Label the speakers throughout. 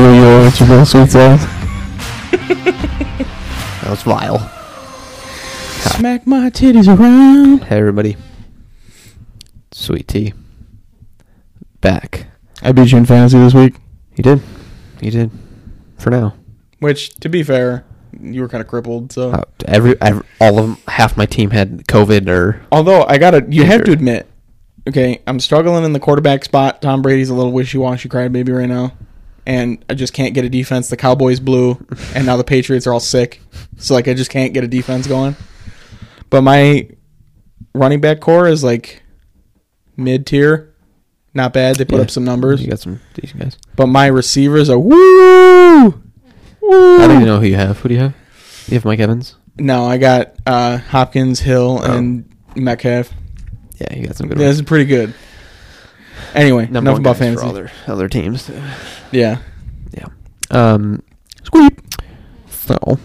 Speaker 1: vegetable sweet sauce. that was vile.
Speaker 2: Smack my titties around.
Speaker 1: Hey everybody. Sweet tea. Back.
Speaker 2: I beat you in fantasy this week.
Speaker 1: You did. You did. For now.
Speaker 2: Which, to be fair, you were kind of crippled. So,
Speaker 1: Uh, every, every all of 'em- half my team had COVID or
Speaker 2: although I gotta, you have to
Speaker 1: Injured.
Speaker 2: admit, okay, I'm struggling in the quarterback spot. Tom Brady's a little wishy-washy crybaby right now, and I just can't get a defense. The Cowboys blew, and now the Patriots are all sick. So, like, I just can't get a defense going. But my running back core is like mid-tier, not bad. They put
Speaker 1: Yeah.
Speaker 2: up some numbers,
Speaker 1: you got some decent guys.
Speaker 2: but my receivers are woo. Woo.
Speaker 1: I don't even know who you have. Who do you have? You have Mike Evans.
Speaker 2: No, I got uh, Hopkins, Hill, and Metcalf.
Speaker 1: Yeah, you got some Oh. good
Speaker 2: Yeah, this is pretty good. Anyway,
Speaker 1: Number
Speaker 2: enough
Speaker 1: one
Speaker 2: about
Speaker 1: guys for
Speaker 2: fantasy.
Speaker 1: all their other teams.
Speaker 2: yeah,
Speaker 1: Yeah. Um, squeep. So,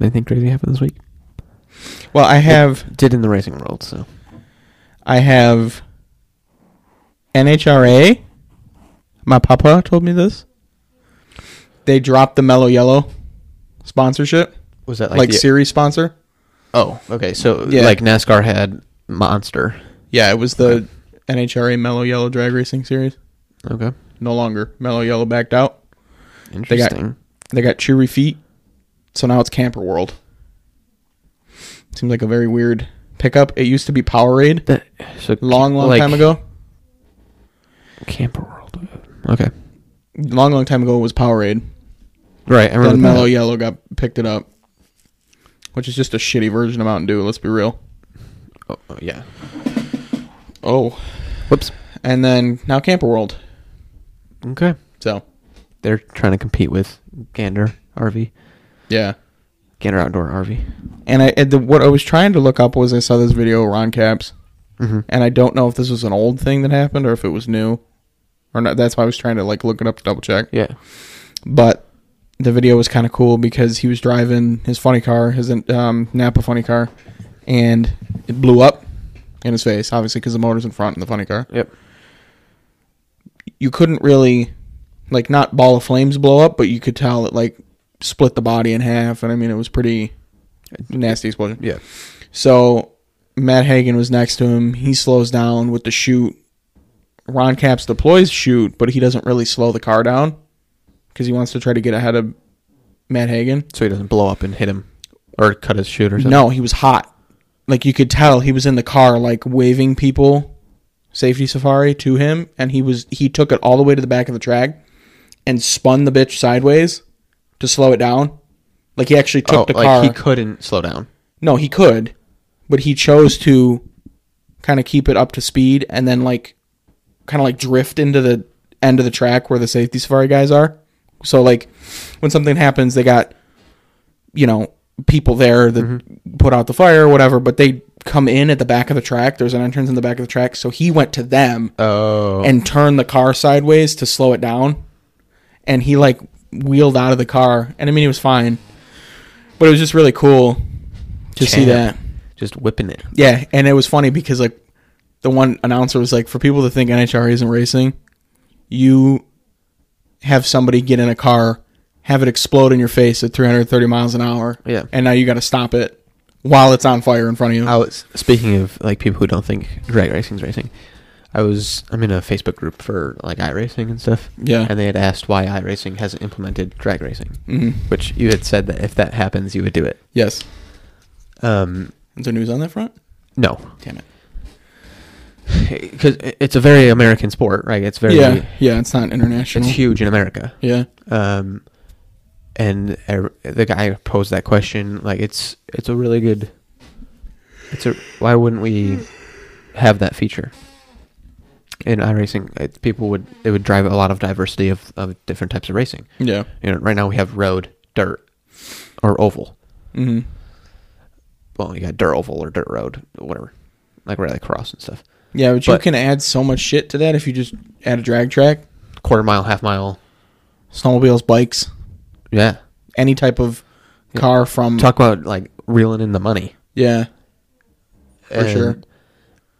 Speaker 1: anything crazy happened this week?
Speaker 2: well, I have
Speaker 1: Did in the racing world. So
Speaker 2: I have NHRA. My papa told me this. They dropped the mellow yellow sponsorship,
Speaker 1: was that
Speaker 2: like, series sponsor.
Speaker 1: oh okay? So
Speaker 2: Yeah.
Speaker 1: like NASCAR had Monster.
Speaker 2: Yeah, it was the NHRA mellow yellow drag racing series.
Speaker 1: Okay.
Speaker 2: No longer mellow yellow backed out.
Speaker 1: Interesting.
Speaker 2: They got Cheery Feet, so now it's Camper World. Seems like a very weird pickup. It used to be Powerade,
Speaker 1: That, so
Speaker 2: long, long
Speaker 1: like,
Speaker 2: time ago.
Speaker 1: Camper World. Okay.
Speaker 2: Long, long time ago, it was Powerade.
Speaker 1: Right. I remember
Speaker 2: Then Mellow
Speaker 1: that.
Speaker 2: Yellow got picked it up, which is just a shitty version of Mountain Dew. Let's be real.
Speaker 1: Oh, oh, yeah.
Speaker 2: Oh,
Speaker 1: Whoops.
Speaker 2: and then now Camper World.
Speaker 1: Okay.
Speaker 2: So
Speaker 1: They're trying to compete with Gander RV.
Speaker 2: yeah.
Speaker 1: Gander Outdoor RV.
Speaker 2: And I and the, what I was trying to look up was I saw this video of Ron Caps,
Speaker 1: Mm-hmm.
Speaker 2: and I don't know if this was an old thing that happened or if it was new, or not. That's why I was trying to like look it up to double check.
Speaker 1: Yeah.
Speaker 2: but the video was kind of cool because he was driving his funny car, his um, Napa funny car, and it blew up in his face, obviously because the motor's in front in the funny car.
Speaker 1: Yep.
Speaker 2: You couldn't really, like, not ball of flames blow up, but you could tell it like split the body in half, and I mean it was pretty nasty explosion.
Speaker 1: Yeah.
Speaker 2: So Matt Hagen was next to him. He slows down with the shoot. Ron Caps deploys shoot, but he doesn't really slow the car down because he wants to try to get ahead of Matt Hagen.
Speaker 1: So he doesn't blow up and hit him or cut his shoot or something.
Speaker 2: No, he was hot. Like you could tell he was in the car, like waving people, safety safari to him, and he was he took it all the way to the back of the track and spun the bitch sideways to slow it down. Like he actually took
Speaker 1: Oh,
Speaker 2: the
Speaker 1: like
Speaker 2: car.
Speaker 1: he couldn't slow down.
Speaker 2: No, he could, but he chose to kind of keep it up to speed and then like kind of like drift into the end of the track where the safety safari guys are. So like when something happens, they got you know people there that put out the fire or whatever, but they come in at the back of the track. There's an entrance in the back of the track, so he went to them
Speaker 1: Oh.
Speaker 2: and turned the car sideways to slow it down. And he like wheeled out of the car, and I mean he was fine, but it was just really cool to see that.
Speaker 1: Champ. just whipping it.
Speaker 2: Yeah, and it was funny because like the one announcer was like, for people that think NHR isn't racing, you have somebody get in a car, have it explode in your face at 330 miles an hour,
Speaker 1: Yeah.
Speaker 2: and now you got to stop it while it's on fire in front of you.
Speaker 1: I was speaking of like people who don't think drag racing's racing. I was I'm in a Facebook group for like iRacing and stuff.
Speaker 2: Yeah.
Speaker 1: And they had asked why iRacing hasn't implemented drag racing,
Speaker 2: Mhm.
Speaker 1: which you had said that if that happens, you would do it.
Speaker 2: Yes,
Speaker 1: Um,
Speaker 2: is there news on that front?
Speaker 1: no,
Speaker 2: Damn it.
Speaker 1: because it's a very American sport, right? It's very
Speaker 2: Yeah, yeah, it's not international.
Speaker 1: it's huge in America.
Speaker 2: Yeah,
Speaker 1: um, and er- the guy posed that question like it's it's a really good it's a why wouldn't we have that feature in iRacing it, people would it would drive a lot of diversity of, of different types of racing
Speaker 2: yeah.
Speaker 1: you know right now we have road dirt or oval
Speaker 2: hmm
Speaker 1: well you got dirt oval or dirt road whatever like rally cross and stuff
Speaker 2: Yeah, but, you
Speaker 1: But-
Speaker 2: can add so much shit to that if you just add a drag track,
Speaker 1: quarter mile half mile
Speaker 2: snowmobiles, bikes,
Speaker 1: yeah
Speaker 2: any type of
Speaker 1: Yeah.
Speaker 2: car from
Speaker 1: talk about like reeling in the money
Speaker 2: yeah, For
Speaker 1: and,
Speaker 2: sure.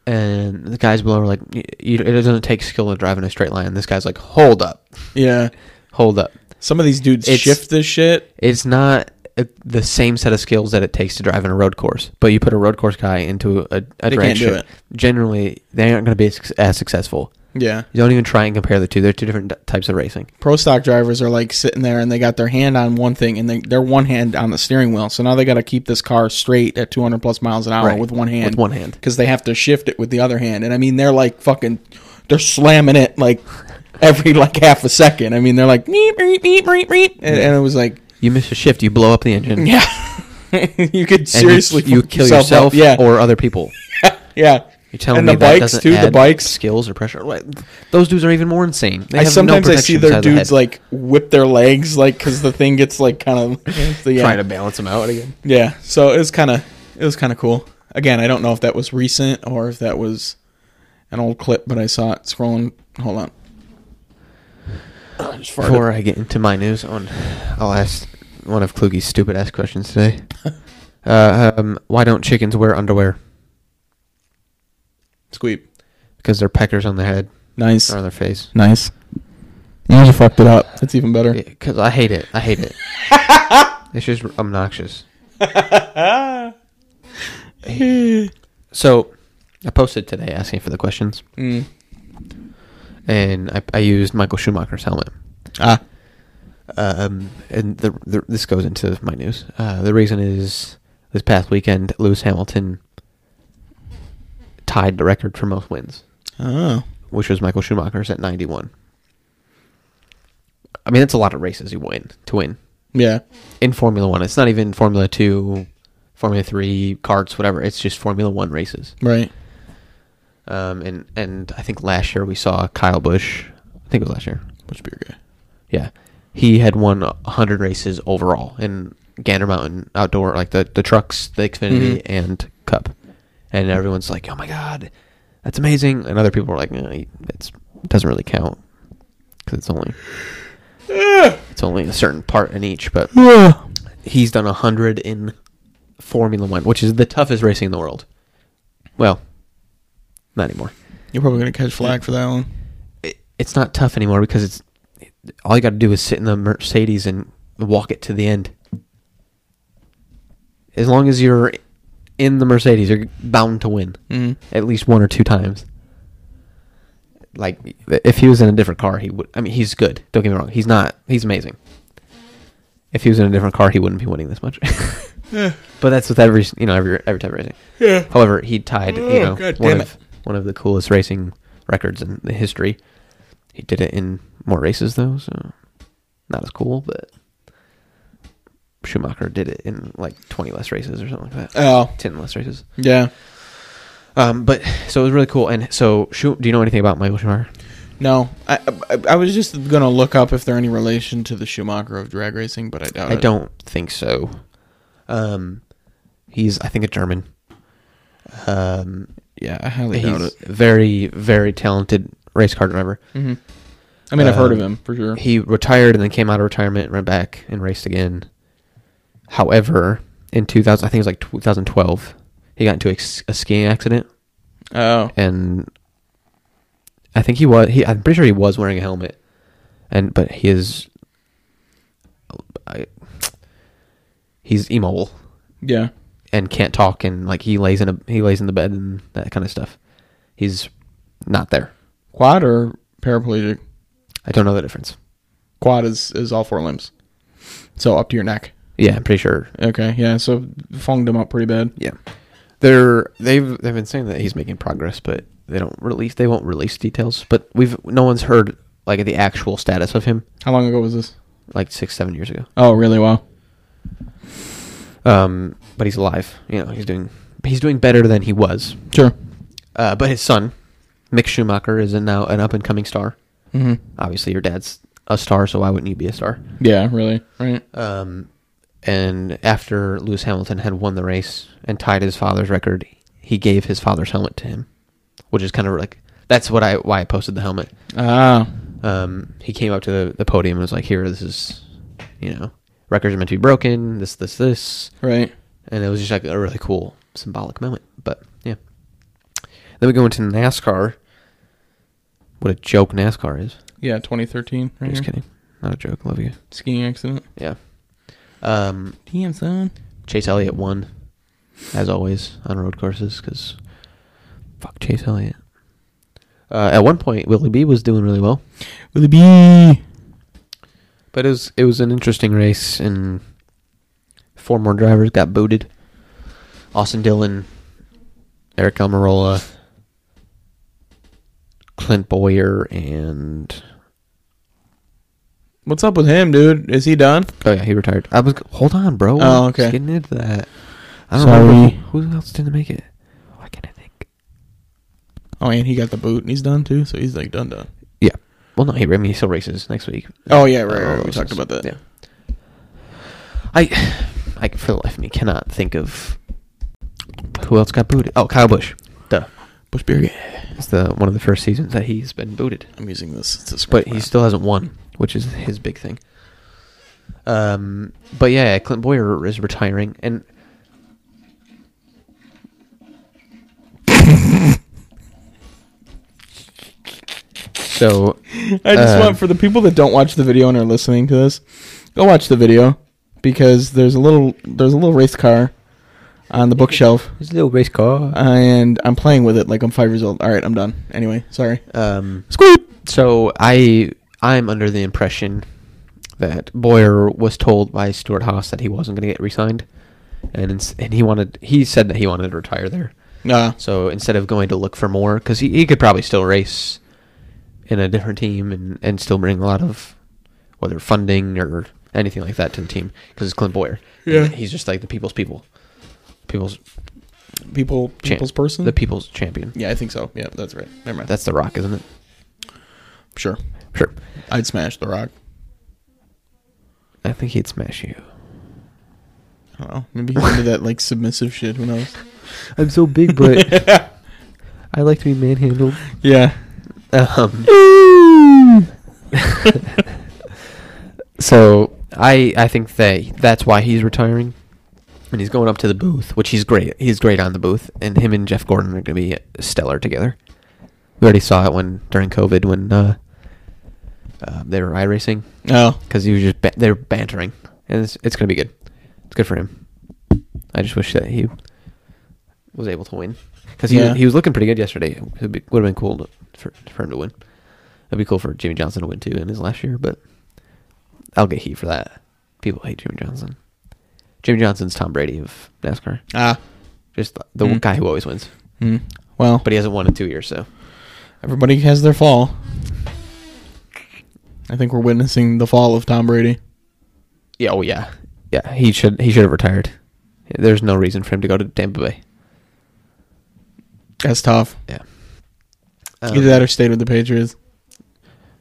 Speaker 1: And the guys below were like, y- you, "It doesn't take skill to drive in a straight line." This guy's like, "Hold up,
Speaker 2: yeah.
Speaker 1: hold up."
Speaker 2: Some of these dudes
Speaker 1: It's-
Speaker 2: shift this shit.
Speaker 1: It's not uh, the same set of skills that it takes to drive in a road course, but you put a road course guy into a, a
Speaker 2: They
Speaker 1: drag
Speaker 2: can't do
Speaker 1: strip, Generally, they aren't going to be as, as successful.
Speaker 2: Yeah.
Speaker 1: You don't even try and compare the two. They're two different d- types of racing.
Speaker 2: Pro stock drivers are like sitting there and they got their hand on one thing and they, their one hand on the steering wheel. So now they got to keep this car straight at 200 plus miles an hour
Speaker 1: Right.
Speaker 2: Oh, with one hand.
Speaker 1: With one hand.
Speaker 2: Because they have to shift it with the other hand. And I mean, they're like fucking, they're slamming it like every like half a second. I mean, they're like, meep, meep, meep, meep, meep. And, and it was like,
Speaker 1: You miss a shift, you blow up the engine.
Speaker 2: yeah. you could
Speaker 1: and you-
Speaker 2: seriously
Speaker 1: you,
Speaker 2: fuck
Speaker 1: kill
Speaker 2: up.
Speaker 1: yourself,
Speaker 2: Yeah.
Speaker 1: or other people.
Speaker 2: yeah.
Speaker 1: You're telling
Speaker 2: And
Speaker 1: me
Speaker 2: the
Speaker 1: that
Speaker 2: bikes,
Speaker 1: doesn't
Speaker 2: too, the
Speaker 1: add
Speaker 2: bikes.
Speaker 1: skills or pressure. Like, Those dudes are even more insane. They
Speaker 2: I
Speaker 1: have
Speaker 2: sometimes
Speaker 1: no
Speaker 2: I see
Speaker 1: protection
Speaker 2: their
Speaker 1: besides the
Speaker 2: dudes
Speaker 1: head.
Speaker 2: like whip their legs like because the thing gets like kind of
Speaker 1: trying to balance them out again.
Speaker 2: Yeah, so it was kind of it was kind of cool. Again, I don't know if that was recent or if that was an old clip, but I saw it scrolling. Hold on. I just farted.
Speaker 1: Before I get into my news, on I'll ask one of Kluge's stupid ass questions today. uh, um, why don't chickens wear underwear?
Speaker 2: Squeep.
Speaker 1: Because they're peckers on their head
Speaker 2: Nice.
Speaker 1: or on their face.
Speaker 2: Nice. You just fucked it up. That's even better.
Speaker 1: Because I hate it. I hate it. it's just obnoxious. So I posted today asking for the questions,
Speaker 2: Mm.
Speaker 1: and I, I used Michael Schumacher's helmet.
Speaker 2: Ah.
Speaker 1: Um, and the, the, this goes into my news. Uh, the reason is this past weekend, Lewis Hamilton tied the record for most wins,
Speaker 2: Oh.
Speaker 1: which was Michael Schumacher's at 91. I mean, that's a lot of races you win to win
Speaker 2: Yeah.
Speaker 1: in Formula One. It's not even Formula Two, Formula Three, carts, whatever. It's just Formula One races.
Speaker 2: Right.
Speaker 1: Um, and and I think last year we saw Kyle Busch. I think it was last year.
Speaker 2: Much bigger guy.
Speaker 1: Yeah, he had won hundred races overall in Gander Mountain outdoor, like the the trucks, the Xfinity,
Speaker 2: Mhm.
Speaker 1: and Cup. And everyone's like, "Oh my god, that's amazing!" And other people were like, eh, "It's it doesn't really count because it's only it's only a certain part in each." But
Speaker 2: Ah.
Speaker 1: he's done hundred in Formula One, which is the toughest racing in the world. Well, not anymore
Speaker 2: You're probably gonna catch flag for that one.
Speaker 1: it, it's not tough anymore because it's all you got to do is sit in the Mercedes and walk it to the end. As long as you're in the Mercedes, you're bound to win
Speaker 2: Mm.
Speaker 1: at least one or two times. Like if he was in a different car, he would. I mean, he's good. Don't get me wrong. He's not. He's amazing. If he was in a different car, he wouldn't be winning this much. but that's with every you know every every type of racing.
Speaker 2: Yeah.
Speaker 1: However, he tied, you
Speaker 2: Oh,
Speaker 1: know,
Speaker 2: God
Speaker 1: one
Speaker 2: damn
Speaker 1: of
Speaker 2: it.
Speaker 1: one of the coolest racing records in the history. He did it in more races though, so not as cool, but Schumacher did it in like 20 less races or something like that.
Speaker 2: Oh.
Speaker 1: 10 less races.
Speaker 2: Yeah.
Speaker 1: Um but so it was really cool and so Schu- do you know anything about Michael Schumacher?
Speaker 2: No, I, I I was just gonna look up if they're any relation to the Schumacher of drag racing, but I doubt
Speaker 1: I
Speaker 2: it.
Speaker 1: don't think so. Um he's I think a German. Um
Speaker 2: Yeah, I highly doubt
Speaker 1: he's
Speaker 2: it.
Speaker 1: very very talented race car driver.
Speaker 2: hmm I mean, I've heard of
Speaker 1: Um,
Speaker 2: him for sure.
Speaker 1: he retired and then came out of retirement and went back and raced again. However, in 2000, I think it was like 2012, he got into a, s- a skiing accident
Speaker 2: oh,
Speaker 1: and I think he was he I'm pretty sure he was wearing a helmet. And but he is I, he's immobile
Speaker 2: yeah,
Speaker 1: and can't talk and like he lays in a he lays in the bed and that kind of stuff. He's not there.
Speaker 2: quad or paraplegic.
Speaker 1: I don't know the difference.
Speaker 2: Quad is is all four limbs, so up to your neck.
Speaker 1: Yeah, I'm pretty sure
Speaker 2: Okay, yeah. So funged him up pretty bad.
Speaker 1: Yeah, they're they've they've been saying that he's making progress, but they don't release they won't release details. But we've no one's heard like the actual status of him
Speaker 2: How long ago was this?
Speaker 1: like six seven years ago.
Speaker 2: Oh, really? Wow.
Speaker 1: Um, but he's alive. You know, he's doing he's doing better than he was.
Speaker 2: Sure.
Speaker 1: Uh, but his son, Mick Schumacher, is a now an up and coming star.
Speaker 2: hmm
Speaker 1: Obviously, your dad's a star, so why wouldn't you be a star?
Speaker 2: Yeah, really. Right.
Speaker 1: Um, and after Lewis Hamilton had won the race and tied his father's record, he gave his father's helmet to him, which is kind of like that's what I why I posted the helmet.
Speaker 2: Ah,
Speaker 1: Um, he came up to the, the podium and was like, "Here, this is, you know, records are meant to be broken. This, this, this,"
Speaker 2: right.
Speaker 1: and it was just like a really cool symbolic moment. But yeah, then we go into NASCAR. What a joke NASCAR is.
Speaker 2: Yeah, 2013. Right
Speaker 1: Just
Speaker 2: here.
Speaker 1: kidding. Not a joke. Love you.
Speaker 2: Skiing accident.
Speaker 1: Yeah. Um,
Speaker 2: Damn son.
Speaker 1: Chase Elliott won, as always, on road courses because fuck Chase Elliott. Uh, at one point, Willie B was doing really well,
Speaker 2: Willie B.
Speaker 1: but it was it was an interesting race, and four more drivers got booted. Austin Dillon, Eric Almirola, Clint Boyer, and
Speaker 2: What's up with him, dude? Is he done?
Speaker 1: oh yeah, he retired. I was hold on, bro.
Speaker 2: Oh,
Speaker 1: We're
Speaker 2: okay.
Speaker 1: just getting into that. I don't
Speaker 2: Sorry.
Speaker 1: know who else didn't make it. Why can't I think?
Speaker 2: Oh, and he got the boot, and he's done too. So he's like done, done.
Speaker 1: Yeah. Well, no, he, I mean, he still races next week.
Speaker 2: Oh yeah, right, right.
Speaker 1: Oh,
Speaker 2: We talked about that.
Speaker 1: Yeah. I, I for the life of me cannot think of who else got booted. Oh, Kyle Busch. Duh.
Speaker 2: Bush Beer.
Speaker 1: It's the one of the first seasons that he's been booted,
Speaker 2: I'm using this. It's a
Speaker 1: but he still hasn't won, which is his big thing. Um, but yeah, Clint Boyer is retiring, and so
Speaker 2: I just
Speaker 1: Um,
Speaker 2: want for the people that don't watch the video and are listening to this, go watch the video because there's a little there's a little race car on the bookshelf, Uh,
Speaker 1: his little race car.
Speaker 2: and I'm playing with it like I'm five years old. All right, I'm done. Anyway, sorry.
Speaker 1: Um,
Speaker 2: Squeep.
Speaker 1: So I I'm under the impression that Boyer was told by Stuart Haas that he wasn't going to get re-signed, and ins- and he wanted he said that he wanted to retire there.
Speaker 2: Nah.
Speaker 1: So instead of going to look for more, because he, he could probably still race in a different team and, and still bring a lot of whether funding or anything like that to the team because it's Clint Boyer.
Speaker 2: Yeah.
Speaker 1: he's just like the people's people, people's
Speaker 2: people
Speaker 1: champ-
Speaker 2: people's person.
Speaker 1: the people's champion.
Speaker 2: yeah, I think so. Yeah, that's right. Never mind.
Speaker 1: That's the Rock, isn't it?
Speaker 2: sure.
Speaker 1: Sure.
Speaker 2: I'd smash the rock.
Speaker 1: I think he'd smash you.
Speaker 2: I don't know. Maybe he's into that like submissive shit. Who knows?
Speaker 1: I'm so big, but I like to be manhandled.
Speaker 2: Yeah.
Speaker 1: Um, so I I think that that's why he's retiring, and he's going up to the booth, which he's great. He's great on the booth, and him and Jeff Gordon are going to be stellar together. We already saw it when during COVID when uh, uh, they were iRacing
Speaker 2: Oh.
Speaker 1: because he was just ba- they were bantering, and it's it's going to be good. It's good for him. I just wish that he was able to win because he
Speaker 2: Yeah.
Speaker 1: was, he was looking pretty good yesterday. It would be, would have been cool to, for for him to win. It'd be cool for Jimmy Johnson to win too in his last year, but I'll get heat for that. People hate Jimmy Johnson. Jimmy Johnson's Tom Brady of NASCAR,
Speaker 2: Ah.
Speaker 1: just the, the
Speaker 2: Mm.
Speaker 1: guy who always wins,
Speaker 2: Hmm. Well,
Speaker 1: but he hasn't won in two years. So
Speaker 2: everybody has their fall. I think we're witnessing the fall of Tom Brady.
Speaker 1: yeah, oh yeah, yeah. He should he should have retired. There's no reason for him to go to Tampa Bay.
Speaker 2: That's tough.
Speaker 1: Yeah. Um,
Speaker 2: Either that or stayed with the Patriots.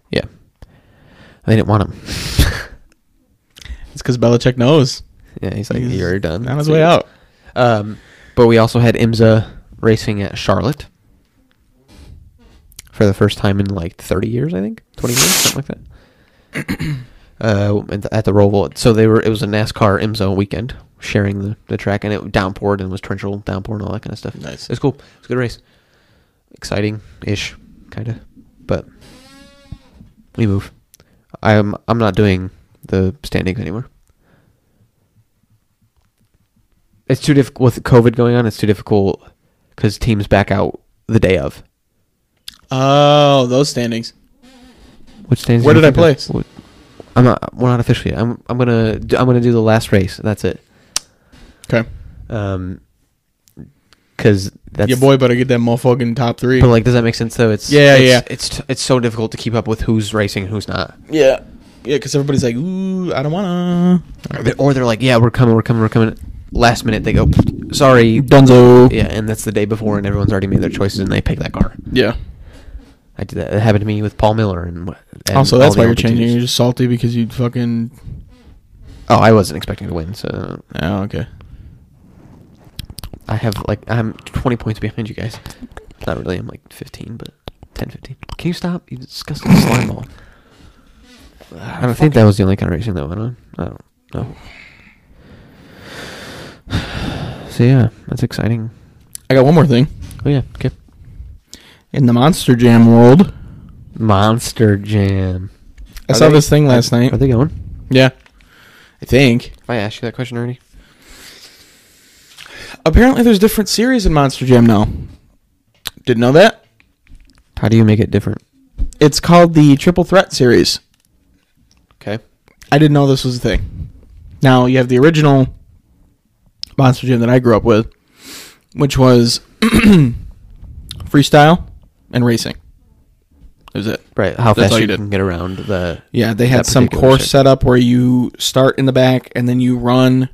Speaker 1: Yeah. They didn't want him.
Speaker 2: It's because Belichick knows.
Speaker 1: yeah, he's like, you're done.
Speaker 2: On his way out.
Speaker 1: Um, but we also had IMSA racing at Charlotte for the first time in like 30 years, I think. 20 years, something like that. Uh, at the, at the Roval, so they were. It was a NASCAR IMSA weekend, sharing the, the track, and it downpoured and was torrential downpour and all that kind of stuff.
Speaker 2: Nice.
Speaker 1: It's cool. It's a good race. Exciting ish, kind of. But we move. I'm I'm not doing the standings anymore. It's too difficult with COVID going on. It's too difficult because teams back out the day of.
Speaker 2: Oh, those standings.
Speaker 1: Which standings?
Speaker 2: Where
Speaker 1: do you
Speaker 2: did I
Speaker 1: think of? Wh- I'm not. We're not official yet. I'm. I'm gonna. do- I'm gonna do the last race. That's it.
Speaker 2: Okay.
Speaker 1: Um. Because that's
Speaker 2: Your boy better get that motherfucking top three.
Speaker 1: But like, does that make sense? Though it's
Speaker 2: Yeah,
Speaker 1: it's,
Speaker 2: yeah.
Speaker 1: It's t- it's so difficult to keep up with who's racing and who's not.
Speaker 2: yeah. Yeah, because everybody's like, ooh, I don't wanna.
Speaker 1: Or they're, or they're like, yeah, we're coming, we're coming, we're coming. Last minute they go, sorry,
Speaker 2: Dunzo.
Speaker 1: yeah, and that's the day before, and everyone's already made their choices, and they pick that car.
Speaker 2: Yeah. I
Speaker 1: I did that. It happened to me with Paul Miller, and, wha- and
Speaker 2: also,
Speaker 1: all
Speaker 2: that's
Speaker 1: the
Speaker 2: why you're
Speaker 1: altitudes.
Speaker 2: changing. You're just salty because you fucking.
Speaker 1: Oh, I wasn't expecting to win, so
Speaker 2: Oh, okay.
Speaker 1: I have like I'm 20 points behind you guys. Not really. I'm like 15, but 10, 15. Can you stop? You disgusting slime ball. I don't think that was the only kind of racing that went on. I don't know. So yeah, that's exciting.
Speaker 2: I got one more thing.
Speaker 1: Oh yeah, okay.
Speaker 2: In the Monster Jam world,
Speaker 1: Monster Jam.
Speaker 2: I
Speaker 1: Are
Speaker 2: saw
Speaker 1: they-
Speaker 2: this thing last night.
Speaker 1: Are they going?
Speaker 2: Yeah. I think.
Speaker 1: If I asked you that question already,
Speaker 2: Apparently there's different series in Monster Jam now. Didn't know that.
Speaker 1: how do you make it different?
Speaker 2: It's called the Triple Threat series.
Speaker 1: Okay.
Speaker 2: I didn't know this was a thing. Now you have the original Monster Jam that I grew up with, which was freestyle and racing. That was it.
Speaker 1: Right. How
Speaker 2: That's
Speaker 1: fast
Speaker 2: all
Speaker 1: you,
Speaker 2: you did.
Speaker 1: can get around the.
Speaker 2: Yeah, they had
Speaker 1: that
Speaker 2: some
Speaker 1: particular
Speaker 2: course
Speaker 1: shit.
Speaker 2: set up where you start in the back and then you run,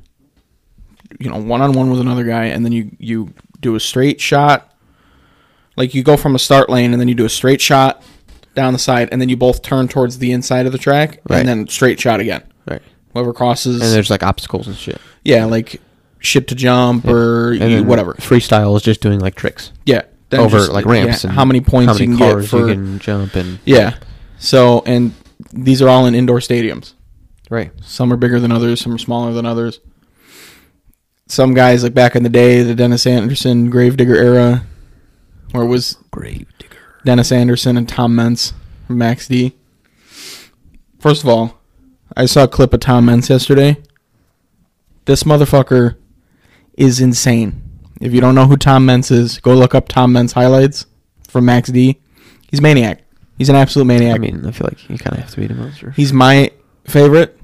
Speaker 2: you know, one on one with another guy, and then you you do a straight shot. Like you go from a start lane and then you do a straight shot down the side, and then you both turn towards the inside of the track,
Speaker 1: Right.
Speaker 2: and then straight shot again.
Speaker 1: Right.
Speaker 2: Whoever
Speaker 1: And
Speaker 2: crosses,
Speaker 1: there's like obstacles and shit.
Speaker 2: yeah, like ship to jump or
Speaker 1: And
Speaker 2: you-
Speaker 1: then
Speaker 2: whatever.
Speaker 1: Freestyle is just doing like tricks
Speaker 2: Yeah, then
Speaker 1: over
Speaker 2: just-
Speaker 1: like ramps.
Speaker 2: yeah,
Speaker 1: and
Speaker 2: how many points
Speaker 1: how many
Speaker 2: you can
Speaker 1: cars
Speaker 2: get for?
Speaker 1: you can jump and
Speaker 2: Yeah, so and these are all in indoor stadiums.
Speaker 1: right.
Speaker 2: Some are bigger than others. Some are smaller than others. Some guys, like back in the day, the Dennis Anderson Gravedigger era, where it was
Speaker 1: Grave digger.
Speaker 2: Dennis Anderson and Tom Mentz from Max D. First of all, I saw a clip of Tom Mentz yesterday. This motherfucker is insane. If you don't know who Tom Mentz is, go look up Tom Mentz highlights from Max D. He's a maniac. He's an absolute maniac.
Speaker 1: I mean, I feel like you kind of have to be the monster.
Speaker 2: He's my favorite.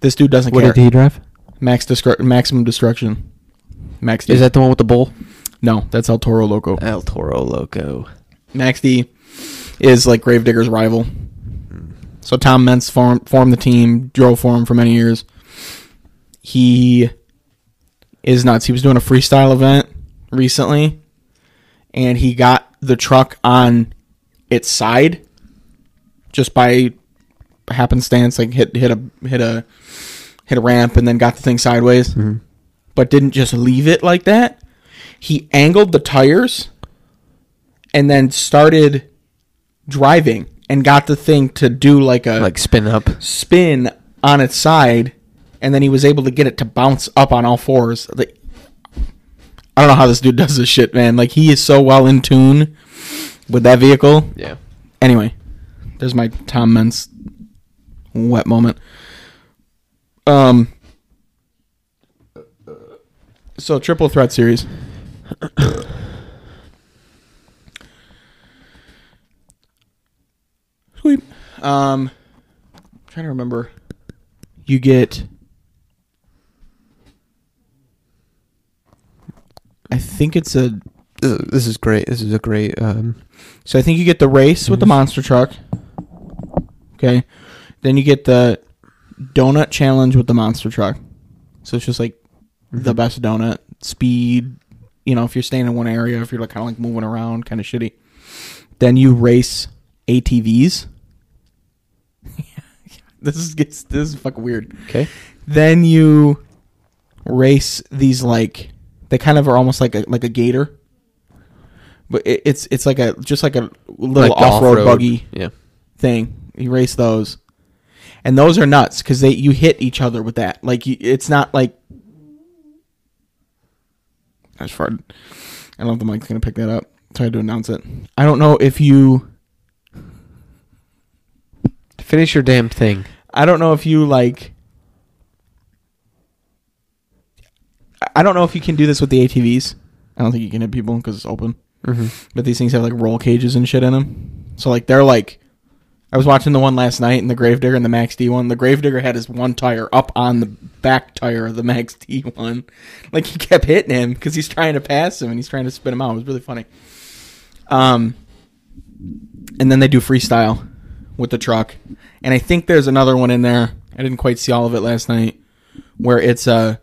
Speaker 2: This dude doesn't
Speaker 1: what
Speaker 2: care.
Speaker 1: did he drive?
Speaker 2: Max destru- maximum destruction. Max D.
Speaker 1: Is that the one with the bull?
Speaker 2: no? That's El Toro Loco.
Speaker 1: El Toro Loco.
Speaker 2: Max D is like Gravedigger's rival.
Speaker 1: Mm.
Speaker 2: So Tom Mentz formed formed the team, drove for him for many years. He is nuts. He was doing a freestyle event recently, and he got the truck on its side just by happenstance. Like hit hit a hit a hit a ramp, and then got the thing sideways, but didn't just leave it like that. He angled the tires and then started driving and got the thing to do like a
Speaker 1: Like spin up.
Speaker 2: spin on its side, and then he was able to get it to bounce up on all fours. Like, I don't know how this dude does this shit, man. Like he is so well in tune with that vehicle.
Speaker 1: Yeah.
Speaker 2: Anyway, there's my Tom Mentz wet moment. Um. So triple threat series. Sweet. Um, trying to remember. You get. I think it's a
Speaker 1: This is, this is great. This is a great. Um,
Speaker 2: so I think you get the race with the monster truck. Okay. Then you get the donut challenge with the monster truck. So it's just like the best donut speed. You know, if you're staying in one area, if you're like kind of like moving around, kind of shitty. Then you race ATVs. this is gets this is fucking weird
Speaker 1: okay.
Speaker 2: then you race these like they kind of are almost like a like a gator but it, it's it's like a just like a little
Speaker 1: Like the
Speaker 2: off-road, buggy
Speaker 1: Yeah.
Speaker 2: thing you race those and those are nuts because they you hit each other with that like you, it's not like that's farted. i don't know if the mic's gonna pick that up so i had to announce it i don't know if you
Speaker 1: Finish your damn thing.
Speaker 2: I don't know if you like. I- I don't know if you can do this with the ATVs. I don't think you can hit people because it's open.
Speaker 1: Mm-hmm.
Speaker 2: But these things have like roll cages and shit in them. So like they're like, I was watching the one last night in the Gravedigger and the Max D one. The Gravedigger had his one tire up on the back tire of the Max D one. Like he kept hitting him because he's trying to pass him and he's trying to spin him out. It was really funny. Um, and then they do freestyle with the truck, and I think there's another one in there. I didn't quite see all of it last night, where it's a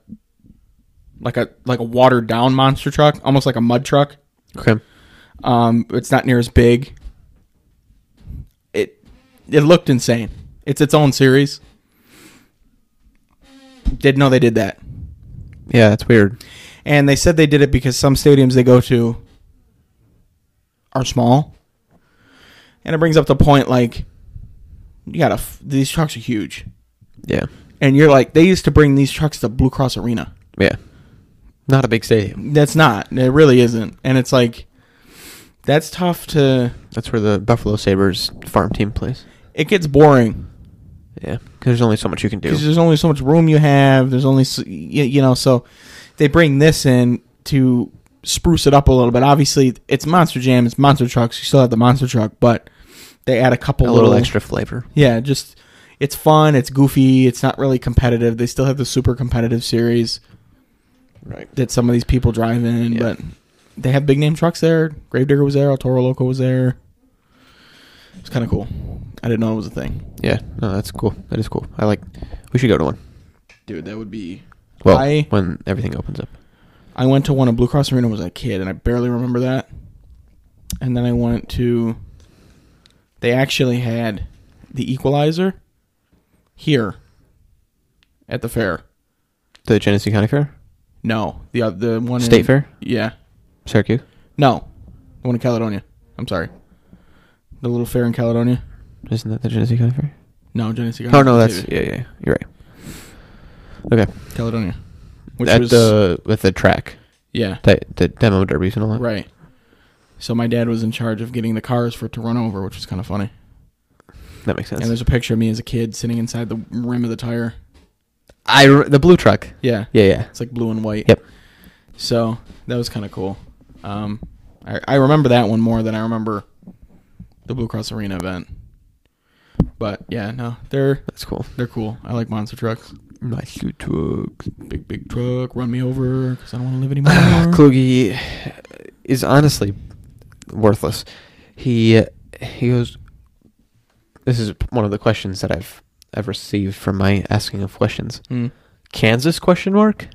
Speaker 2: like a like a watered down monster truck, almost like a mud truck.
Speaker 1: Okay.
Speaker 2: Um, it's not near as big. It it looked insane. It's its own series. Didn't know they did that.
Speaker 1: Yeah, that's weird.
Speaker 2: And they said they did it because some stadiums they go to are small. And it brings up the point like you got to these trucks are huge.
Speaker 1: Yeah.
Speaker 2: And you're like they used to bring these trucks to Blue Cross Arena.
Speaker 1: Yeah. Not a big stadium.
Speaker 2: That's not. It really isn't. And it's like that's tough to
Speaker 1: That's where the Buffalo Sabres farm team plays.
Speaker 2: it gets boring
Speaker 1: Yeah, 'cause there's only so much you can do.
Speaker 2: because there's only so much room you have. There's only so, you, you know, so they bring this in to spruce it up a little bit. Obviously, it's Monster Jam, it's Monster Trucks. You still have the Monster Truck, but they add a
Speaker 1: A
Speaker 2: couple
Speaker 1: little,
Speaker 2: little,
Speaker 1: extra flavor.
Speaker 2: Yeah, just it's fun. It's goofy. It's not really competitive. They still have the super competitive series
Speaker 1: Right.
Speaker 2: that some of these people drive in,
Speaker 1: Yeah.
Speaker 2: but they have big name trucks there. Gravedigger was there. El Toro Loco was there. It's kind of cool. I didn't know it was a thing,
Speaker 1: Yeah. No, that's cool. That is cool. I like. We should go to one.
Speaker 2: dude. That would be
Speaker 1: Well,
Speaker 2: I-
Speaker 1: when everything opens up.
Speaker 2: I went to one of Blue Cross Arena when I was a kid, and I barely remember that. And then I went to. They actually had the Equalizer here at the fair.
Speaker 1: The Genesee County Fair,
Speaker 2: No, the oth- the one
Speaker 1: State
Speaker 2: in,
Speaker 1: Fair,
Speaker 2: Yeah,
Speaker 1: Syracuse.
Speaker 2: no, the one in Caledonia. I'm sorry, the little fair in Caledonia.
Speaker 1: Isn't that the Genesee County Fair?
Speaker 2: No, Genesee.
Speaker 1: Oh
Speaker 2: County,
Speaker 1: no,
Speaker 2: Octavia.
Speaker 1: that's yeah, yeah. You're right. Okay.
Speaker 2: Caledonia. Which
Speaker 1: At
Speaker 2: was
Speaker 1: the with the track,
Speaker 2: yeah
Speaker 1: the, the demo derbies and all that.
Speaker 2: right. So my dad was in charge of getting the cars for it to run over, which was kind of funny.
Speaker 1: That makes sense.
Speaker 2: And there's a picture of me as a kid sitting inside the rim of the tire.
Speaker 1: I re- the blue truck.
Speaker 2: Yeah.
Speaker 1: Yeah, yeah.
Speaker 2: It's like blue and white.
Speaker 1: Yep.
Speaker 2: So that was kind of cool. Um, I, I remember that one more than I remember the Blue Cross Arena event. But yeah, no, they're
Speaker 1: That's cool.
Speaker 2: they're cool. I like monster trucks.
Speaker 1: Nice blue truck.
Speaker 2: Big big truck, run me over because I don't want to live anymore.
Speaker 1: Ah, Kluge is honestly worthless. He he goes. This is one of the questions that I've I've received from my asking of questions.
Speaker 2: Hmm.
Speaker 1: Kansas question mark?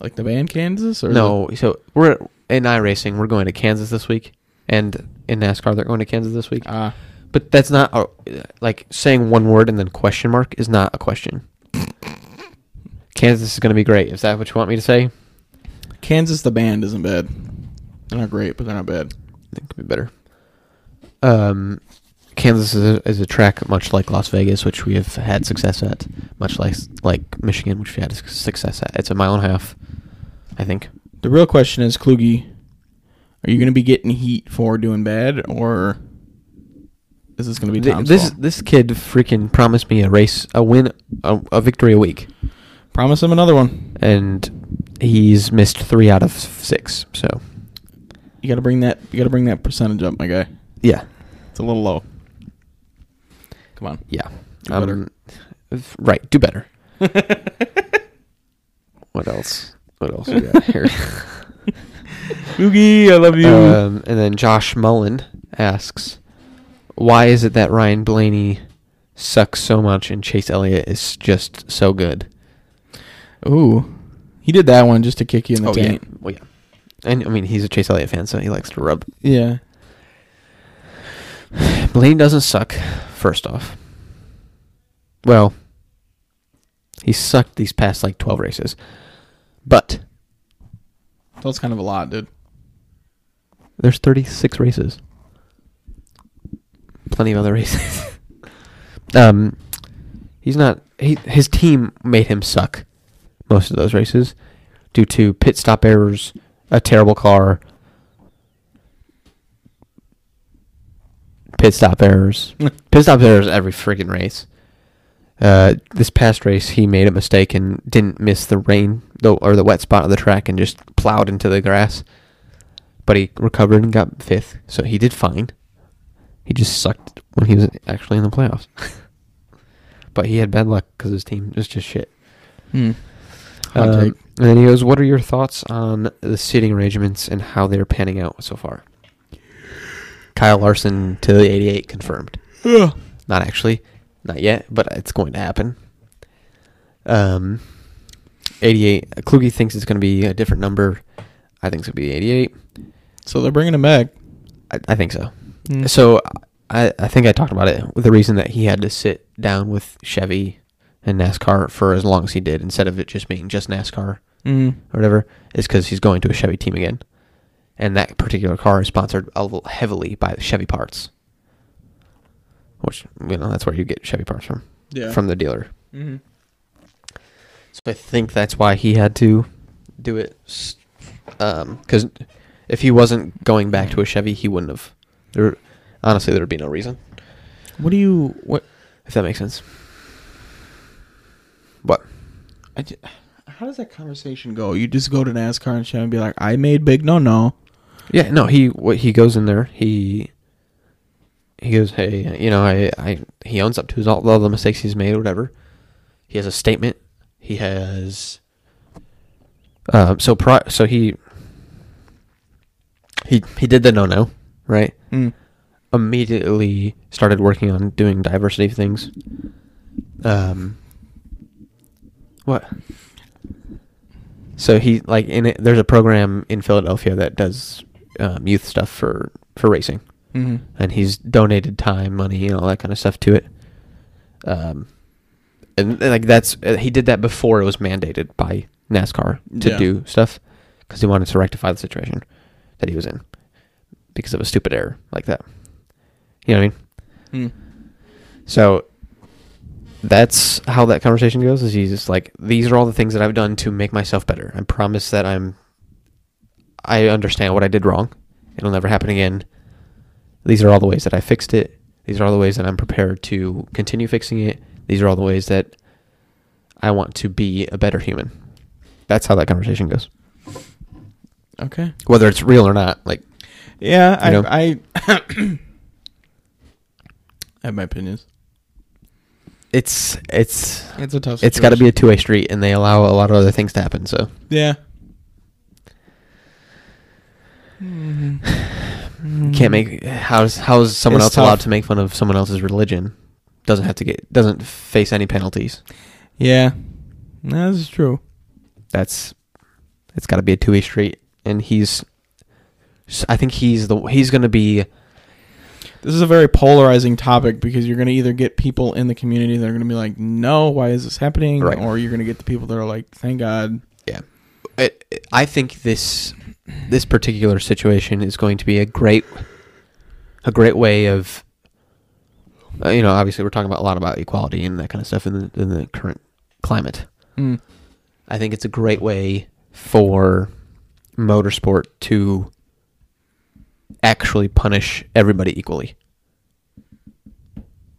Speaker 2: Like the band Kansas or
Speaker 1: No. So we're in iRacing. We're going to Kansas this week, and in NASCAR they're going to Kansas this week.
Speaker 2: the- Ah,
Speaker 1: But that's not a, like saying one word and then question mark is not a question. Kansas is going to be great. Is that what you want me to say?
Speaker 2: Kansas the band isn't bad. They're not great, but they're not bad.
Speaker 1: It could be better. Um, Kansas is a, is a track much like Las Vegas, which we have had success at, much like like Michigan, which we had s- success at. It's a mile and a half, I think.
Speaker 2: The real question is, Kluge, are you going to be getting heat for doing bad, or is this going to be
Speaker 1: Th-
Speaker 2: Tom's
Speaker 1: this
Speaker 2: fault?
Speaker 1: this kid freaking promised me a race, a win, a, a victory a week,
Speaker 2: Promise him another one.
Speaker 1: and he's missed three out of s- six. So,
Speaker 2: You got to bring that. You got to bring that percentage up, my guy.
Speaker 1: yeah,
Speaker 2: It's a little low. Come on.
Speaker 1: yeah,
Speaker 2: Do better.
Speaker 1: f- right, do better. what else? What else we got here?
Speaker 2: Kluge, I love you.
Speaker 1: Um, and then Josh Mullen asks, "Why is it that Ryan Blaney sucks so much and Chase Elliott is just so good?"
Speaker 2: Ooh, he did that one just to kick you in the
Speaker 1: oh yeah,
Speaker 2: taint.
Speaker 1: well yeah. And I mean, he's a Chase Elliott fan, so he likes to rub.
Speaker 2: Yeah.
Speaker 1: Blaney doesn't suck. First off, well, he sucked these past like twelve races, but
Speaker 2: That's kind of a lot, dude.
Speaker 1: there's thirty six races. Plenty of other races. um, he's not. He his team made him suck most of those races due to pit stop errors, a terrible car, pit stop errors, pit stop errors every freaking race. Uh, this past race, he made a mistake and didn't miss the rain though, or the wet spot of the track and just plowed into the grass. But he recovered and got fifth, so he did fine. He just sucked when he was actually in the playoffs. but he had bad luck because his team was just shit.
Speaker 2: Hmm. Hot
Speaker 1: Um,
Speaker 2: take.
Speaker 1: and then he goes, "What are your thoughts on the seating arrangements and how they're panning out so far?" Kyle Larson to the 88 confirmed.
Speaker 2: Ugh.
Speaker 1: Not actually, not yet, but it's going to happen. Um, 88. Kluge thinks it's going to be a different number. I think it's going to be 88.
Speaker 2: So they're bringing him back.
Speaker 1: I, I think so.
Speaker 2: Hmm.
Speaker 1: So I, I think I talked about it. The reason that he had to sit down with Chevy and NASCAR for as long as he did, instead of it just being just NASCAR
Speaker 2: Hmm.
Speaker 1: or whatever, is because he's going to a Chevy team again, and that particular car is sponsored a little heavily by Chevy parts, which you know that's where you get Chevy parts from,
Speaker 2: Yeah.
Speaker 1: from the dealer.
Speaker 2: hmm
Speaker 1: So I think that's why he had to do it, s- um, because if he wasn't going back to a Chevy, he wouldn't have. There, honestly, there would be no reason.
Speaker 2: What do you what
Speaker 1: If that makes sense. What?
Speaker 2: I ju- how does that conversation go? You just go to NASCAR and show and be like, "I made big no no."
Speaker 1: Yeah, no, he what he goes in there. He he goes, hey, you know, I, I he owns up to his, all, all the mistakes he's made, whatever. He has a statement. He has. Um. So pri- So he. He he did the no no, right?
Speaker 2: Mm.
Speaker 1: Immediately started working on doing diversity things. Um. What? So he like in it. There's a program in Philadelphia that does um, youth stuff for for racing,
Speaker 2: Mm-hmm.
Speaker 1: and he's donated time, money, and all that kind of stuff to it. Um, and, and, like that's uh, he did that before it was mandated by NASCAR to
Speaker 2: Yeah.
Speaker 1: do stuff because he wanted to rectify the situation that he was in because of a stupid error like that. You know what I mean?
Speaker 2: Mm.
Speaker 1: So that's how that conversation goes. Is he's just like, these are all the things that I've done to make myself better. I promise that I'm, I understand what I did wrong. It'll never happen again. These are all the ways that I fixed it. These are all the ways that I'm prepared to continue fixing it. These are all the ways that I want to be a better human. That's how that conversation goes.
Speaker 2: Okay.
Speaker 1: Whether it's real or not, like,
Speaker 2: Yeah, I,
Speaker 1: You know?
Speaker 2: I, I have my opinions.
Speaker 1: it's it's
Speaker 2: It's a tough.
Speaker 1: it's got to be a two way street, and they allow a lot of other things to happen. So
Speaker 2: yeah.
Speaker 1: Mm-hmm. can't make how's how's someone
Speaker 2: Mm. It's
Speaker 1: else
Speaker 2: tough.
Speaker 1: allowed to make fun of someone else's religion doesn't have to get doesn't face any penalties
Speaker 2: Yeah, that is true.
Speaker 1: that's it's got to be a two-way street and he's s- i think he's the he's gonna be
Speaker 2: This is a very polarizing topic because you're going to either get people in the community that are going to be like, "No, why is this happening?"
Speaker 1: Right.
Speaker 2: or you're going to get the people that are like, "Thank God."
Speaker 1: yeah I i think this this particular situation is going to be a great a great way of uh, you know obviously we're talking about a lot about equality and that kind of stuff in the in the current climate
Speaker 2: Mm.
Speaker 1: I think it's a great way for motorsport to actually punish everybody equally.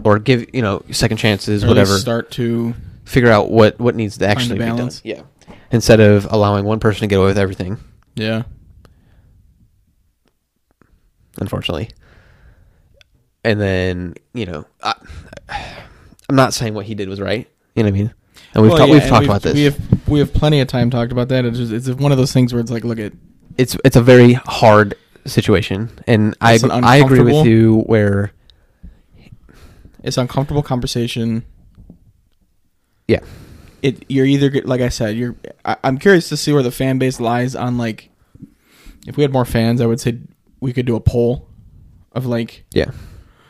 Speaker 1: Or give, you know, second chances,
Speaker 2: Or at
Speaker 1: whatever.
Speaker 2: least Start to
Speaker 1: Figure out what, what needs to
Speaker 2: a
Speaker 1: actually be done.
Speaker 2: balance.
Speaker 1: Yeah. Instead of allowing one person to get away with everything,
Speaker 2: yeah.
Speaker 1: unfortunately. And then, you know, I, I'm not saying what he did was right. You know what I mean? And we've,
Speaker 2: Well,
Speaker 1: ta-
Speaker 2: yeah,
Speaker 1: we've
Speaker 2: and
Speaker 1: talked about this.
Speaker 2: We have we have plenty of time talked about that. It's just, it's one of those things where it's like, look at
Speaker 1: it's it's a very hard situation, and I
Speaker 2: It's an
Speaker 1: I agree with
Speaker 2: uncomfortable-
Speaker 1: you where
Speaker 2: it's uncomfortable conversation.
Speaker 1: yeah
Speaker 2: It you're either get- like I said, you're. I, I'm curious to see where the fan base lies on like. If we had more fans, I would say we could do a poll of like
Speaker 1: yeah.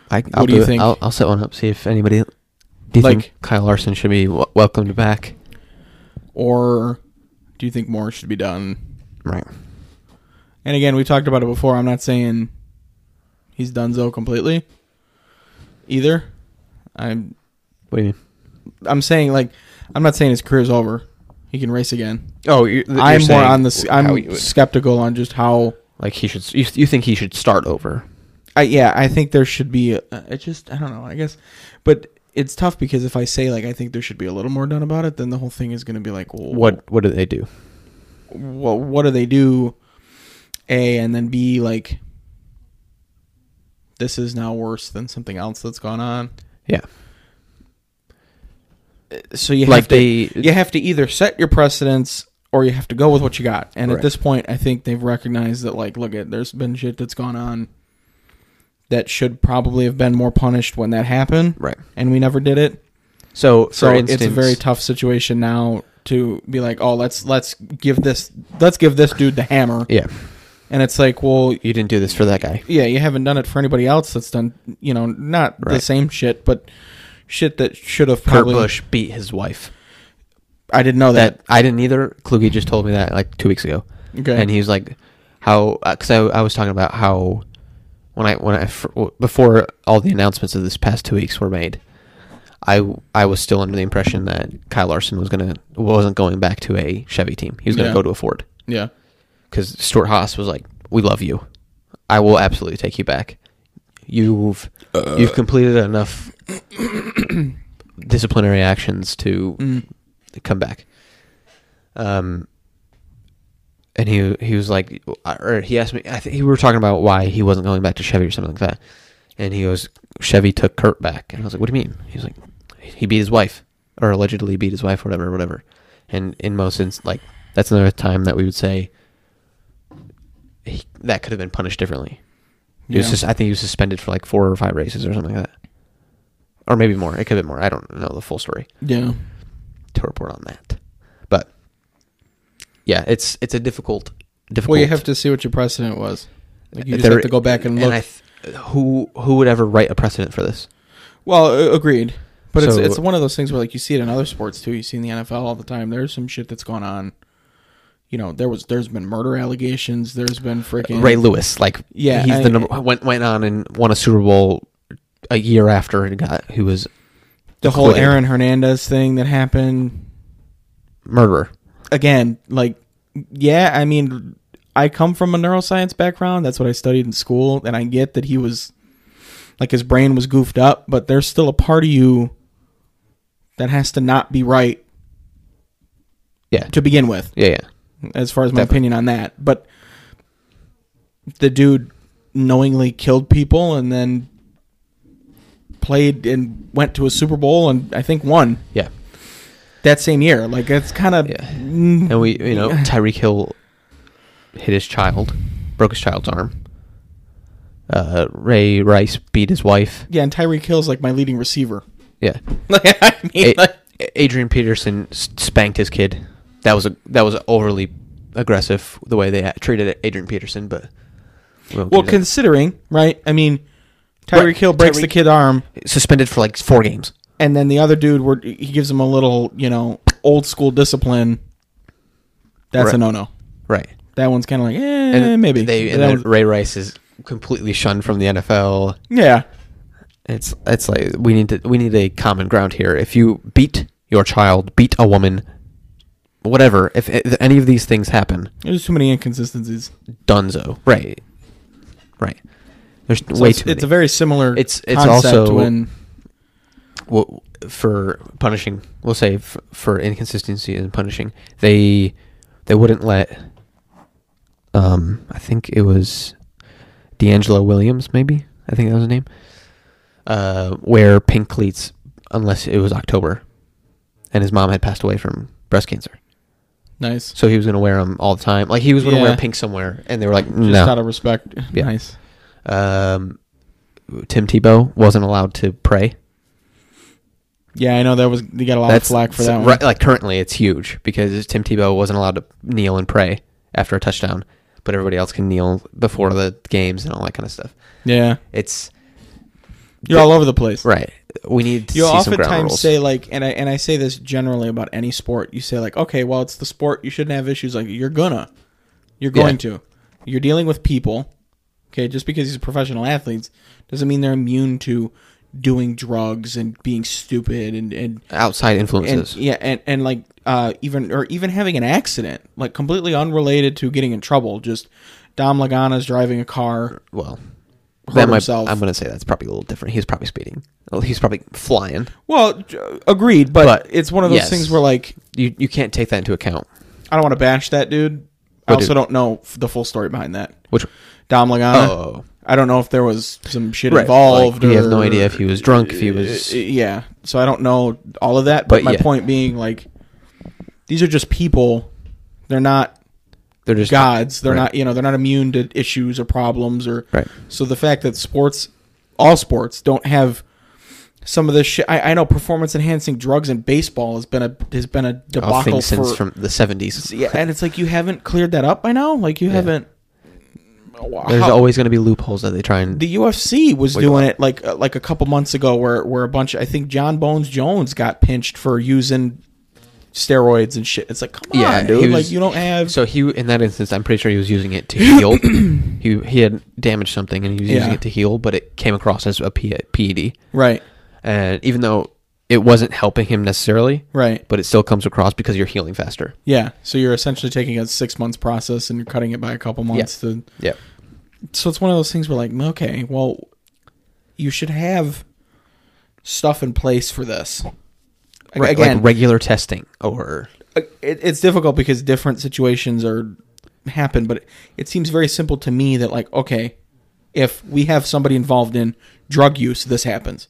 Speaker 1: I, I'll
Speaker 2: What do you
Speaker 1: it.
Speaker 2: think?
Speaker 1: I'll, I'll set one up see if anybody. Do you think
Speaker 2: Like-
Speaker 1: Kyle Larson should be w- welcomed back?
Speaker 2: or do you think more should be done?
Speaker 1: Right.
Speaker 2: And again, we've talked about it before. I'm not saying he's donezo completely either. I'm
Speaker 1: What do you mean?
Speaker 2: I'm saying like I'm not saying his career's over. He can race again.
Speaker 1: Oh, you're, you're
Speaker 2: I'm more
Speaker 1: saying
Speaker 2: on the
Speaker 1: how he
Speaker 2: I'm
Speaker 1: would-
Speaker 2: skeptical on just how
Speaker 1: like he should. s- You, you think he should start over?
Speaker 2: I yeah, I think there should be. A, it just I don't know. I guess, but it's tough because if I say like I think there should be a little more done about it, then the whole thing is going to be like, well,
Speaker 1: What What do they do?
Speaker 2: What what do they do? A and then B like. This is now worse than something else that's gone on.
Speaker 1: Yeah.
Speaker 2: So you
Speaker 1: Like
Speaker 2: have to,
Speaker 1: they-
Speaker 2: you have to either set your precedents or you have to go with what you got. And
Speaker 1: Right.
Speaker 2: at this point, I think they've recognized that like, look at there's been shit that's gone on that should probably have been more punished when that happened.
Speaker 1: Right.
Speaker 2: And we never did it.
Speaker 1: So,
Speaker 2: So
Speaker 1: for instance,
Speaker 2: it's a very tough situation now to be like, oh, let's let's give this let's give this dude the hammer.
Speaker 1: yeah.
Speaker 2: And it's like, well,
Speaker 1: You didn't do this for that guy.
Speaker 2: yeah, you haven't done it for anybody else that's done, you know, not the
Speaker 1: Right.
Speaker 2: same shit, but shit that should have
Speaker 1: Kurt
Speaker 2: probably.
Speaker 1: Busch beat his wife.
Speaker 2: I didn't know that.
Speaker 1: that I didn't either. Kluge just told me that like two weeks ago.
Speaker 2: Okay.
Speaker 1: And he was like, how? Because I, I was talking about how when I when I fir- w- before all the announcements of this past two weeks were made, I I was still under the impression that Kyle Larson was gonna wasn't going back to a Chevy team. He was gonna
Speaker 2: Yeah.
Speaker 1: go to a Ford
Speaker 2: Yeah.
Speaker 1: because Stuart Haas was like, "We love you. I will absolutely take you back. You've you've completed enough disciplinary actions to come back. Um, and he he was like, uh, or he asked me. I think we were talking about why he wasn't going back to Chevy or something like that. And he goes, Chevy took Kurt back, and I was like, what do you mean? He's like, he beat his wife, or allegedly beat his wife, whatever, whatever. And in most instances, like that's another time that we would say he, that could have been punished differently. He was
Speaker 2: Yeah.
Speaker 1: just, I think he was suspended for like four or five races or something like that, or maybe more. It could have been more. I don't know the full story
Speaker 2: Yeah.
Speaker 1: to report on that. But yeah, it's it's a difficult difficult.
Speaker 2: Well, you have to see what your precedent was. Like you just
Speaker 1: there-
Speaker 2: have to go back and look.
Speaker 1: I th- who who would ever write a precedent for this?
Speaker 2: well, uh, agreed. But
Speaker 1: So-
Speaker 2: it's it's one of those things where like you see it in other sports too. You see in the NFL all the time. There's some shit that's gone on. You know, there was there's been murder allegations. There's been freaking
Speaker 1: Ray Lewis, like
Speaker 2: Yeah,
Speaker 1: he's
Speaker 2: I-
Speaker 1: the number went went on and won a Super Bowl a year after and got who was
Speaker 2: the whole
Speaker 1: acquitted.
Speaker 2: Aaron Hernandez thing that happened.
Speaker 1: murderer.
Speaker 2: again, like, yeah, I mean, I come from a neuroscience background. That's what I studied in school, and I get that he was, like, his brain was goofed up, but there's still a part of you that has to not be right
Speaker 1: Yeah,
Speaker 2: to begin with,
Speaker 1: yeah, yeah.
Speaker 2: as far as my
Speaker 1: Definitely.
Speaker 2: opinion on that. But the dude knowingly killed people and then played and went to a Super Bowl and I think won
Speaker 1: Yeah,
Speaker 2: that same year. Like, it's kind of.
Speaker 1: Yeah. and we, you know, Tyreek Hill hit his child, broke his child's arm. Uh, Ray Rice beat his wife.
Speaker 2: Yeah, and Tyreek Hill's like my leading receiver.
Speaker 1: Yeah,
Speaker 2: Like I mean,
Speaker 1: A-
Speaker 2: like,
Speaker 1: Adrian Peterson s- spanked his kid. That was a that was overly aggressive the way they a- treated Adrian Peterson, but we won't
Speaker 2: well,
Speaker 1: get into
Speaker 2: considering right, I mean, Tyreek
Speaker 1: Right,
Speaker 2: Hill breaks the
Speaker 1: Tyreek-
Speaker 2: kid arm,
Speaker 1: that. suspended for like four games.
Speaker 2: and then the other dude, where he gives him a little, you know, old school discipline. That's a
Speaker 1: Right.
Speaker 2: no no.
Speaker 1: Right,
Speaker 2: That one's kind of like, eh, maybe.
Speaker 1: they
Speaker 2: But
Speaker 1: and
Speaker 2: that
Speaker 1: then
Speaker 2: was-
Speaker 1: Ray Rice is completely shunned from the NFL.
Speaker 2: yeah,
Speaker 1: It's it's like we need to we need a common ground here. If you beat your child, beat a woman, whatever. If, if any of these things happen,
Speaker 2: there's too many inconsistencies.
Speaker 1: Dunzo. Right, right. There's
Speaker 2: So
Speaker 1: way
Speaker 2: it's,
Speaker 1: too.
Speaker 2: it's
Speaker 1: many.
Speaker 2: a very similar.
Speaker 1: It's- it's
Speaker 2: concept
Speaker 1: also-
Speaker 2: when
Speaker 1: well, for punishing, we'll say f- for inconsistency and punishing, they they wouldn't let. Um, I think it was D'Angelo Williams, maybe I think that was his name. Uh, wear pink cleats unless it was October, and his mom had passed away from breast cancer,
Speaker 2: nice,
Speaker 1: so he was gonna wear them all the time. Like he was gonna wear
Speaker 2: Yeah.
Speaker 1: pink somewhere, and they were like,
Speaker 2: just
Speaker 1: no.
Speaker 2: out of respect.
Speaker 1: Yeah.
Speaker 2: Nice.
Speaker 1: um, Tim Tebow wasn't allowed to pray.
Speaker 2: Yeah, I know that was. You got a lot of flack for
Speaker 1: so-
Speaker 2: that one.
Speaker 1: right- like currently, it's huge because Tim Tebow wasn't allowed to kneel and pray after a touchdown, but everybody else can kneel before the games and all that kind of stuff.
Speaker 2: Yeah,
Speaker 1: It's
Speaker 2: you're all over the place.
Speaker 1: right. We need to
Speaker 2: You'll
Speaker 1: see some ground
Speaker 2: oftentimes
Speaker 1: rules.
Speaker 2: say like, and I and I say this generally about any sport. You say like, okay, well, it's the sport. You shouldn't have issues. Like, you're gonna, you're
Speaker 1: Yeah.
Speaker 2: going to, you're dealing with people. Okay, just because these are professional athletes doesn't mean they're immune to doing drugs and being stupid and and,
Speaker 1: outside
Speaker 2: and
Speaker 1: influences.
Speaker 2: yeah and and like uh even or even having an accident like completely unrelated to getting in trouble. Just Dom Lagana's driving a car.
Speaker 1: well,
Speaker 2: hurt
Speaker 1: that might,
Speaker 2: himself.
Speaker 1: I'm going to say that's probably a little different. He's probably speeding. Well, He's probably flying.
Speaker 2: Well, j- agreed, but,
Speaker 1: But,
Speaker 2: it's one of those
Speaker 1: yes.
Speaker 2: things where like
Speaker 1: You you can't take that into account.
Speaker 2: I don't want to bash that dude. I
Speaker 1: What
Speaker 2: also
Speaker 1: dude?
Speaker 2: don't know f- the full story behind that.
Speaker 1: Which
Speaker 2: Dom Lagana.
Speaker 1: oh
Speaker 2: I don't know if there was some shit
Speaker 1: Right,
Speaker 2: involved.
Speaker 1: like, we
Speaker 2: or,
Speaker 1: have no idea if he was drunk, if he was-
Speaker 2: Uh, Yeah. So I don't know all of that. But,
Speaker 1: But
Speaker 2: my
Speaker 1: yeah.
Speaker 2: point being, like, these are just people. They're not
Speaker 1: they're just
Speaker 2: gods. They're
Speaker 1: Right.
Speaker 2: not you know they're not immune to issues or problems or
Speaker 1: Right.
Speaker 2: So the fact that sports, all sports, don't have some of this shit. I, I know performance enhancing drugs in baseball has been a has been a
Speaker 1: all
Speaker 2: debacle
Speaker 1: things since
Speaker 2: for
Speaker 1: from the 70s.
Speaker 2: yeah, and it's like you haven't cleared that up by now. Like you haven't.
Speaker 1: There's
Speaker 2: How-
Speaker 1: always going to be loopholes that they try and
Speaker 2: the UFC was doing it like uh, like a couple months ago, where where a bunch. I think John Bones Jones got pinched for using steroids and shit. It's like come
Speaker 1: Yeah,
Speaker 2: on, dude.
Speaker 1: he was-
Speaker 2: like you don't have.
Speaker 1: So he, in that instance, I'm pretty sure he was using it to heal. he he had damaged something and he was using
Speaker 2: Yeah.
Speaker 1: it to heal, but it came across as a P- PED.
Speaker 2: right,
Speaker 1: And even though it wasn't helping him necessarily,
Speaker 2: right.
Speaker 1: but it still comes across because you're healing faster.
Speaker 2: Yeah. So you're essentially taking a six months process and you're cutting it by a couple months to
Speaker 1: Yeah.
Speaker 2: so it's one of those things where like okay well you should have stuff in place for this Ag-
Speaker 1: Right,
Speaker 2: Again,
Speaker 1: like regular testing or
Speaker 2: it, it's difficult because different situations are happen but it seems very simple to me that like okay if we have somebody involved in drug use this happens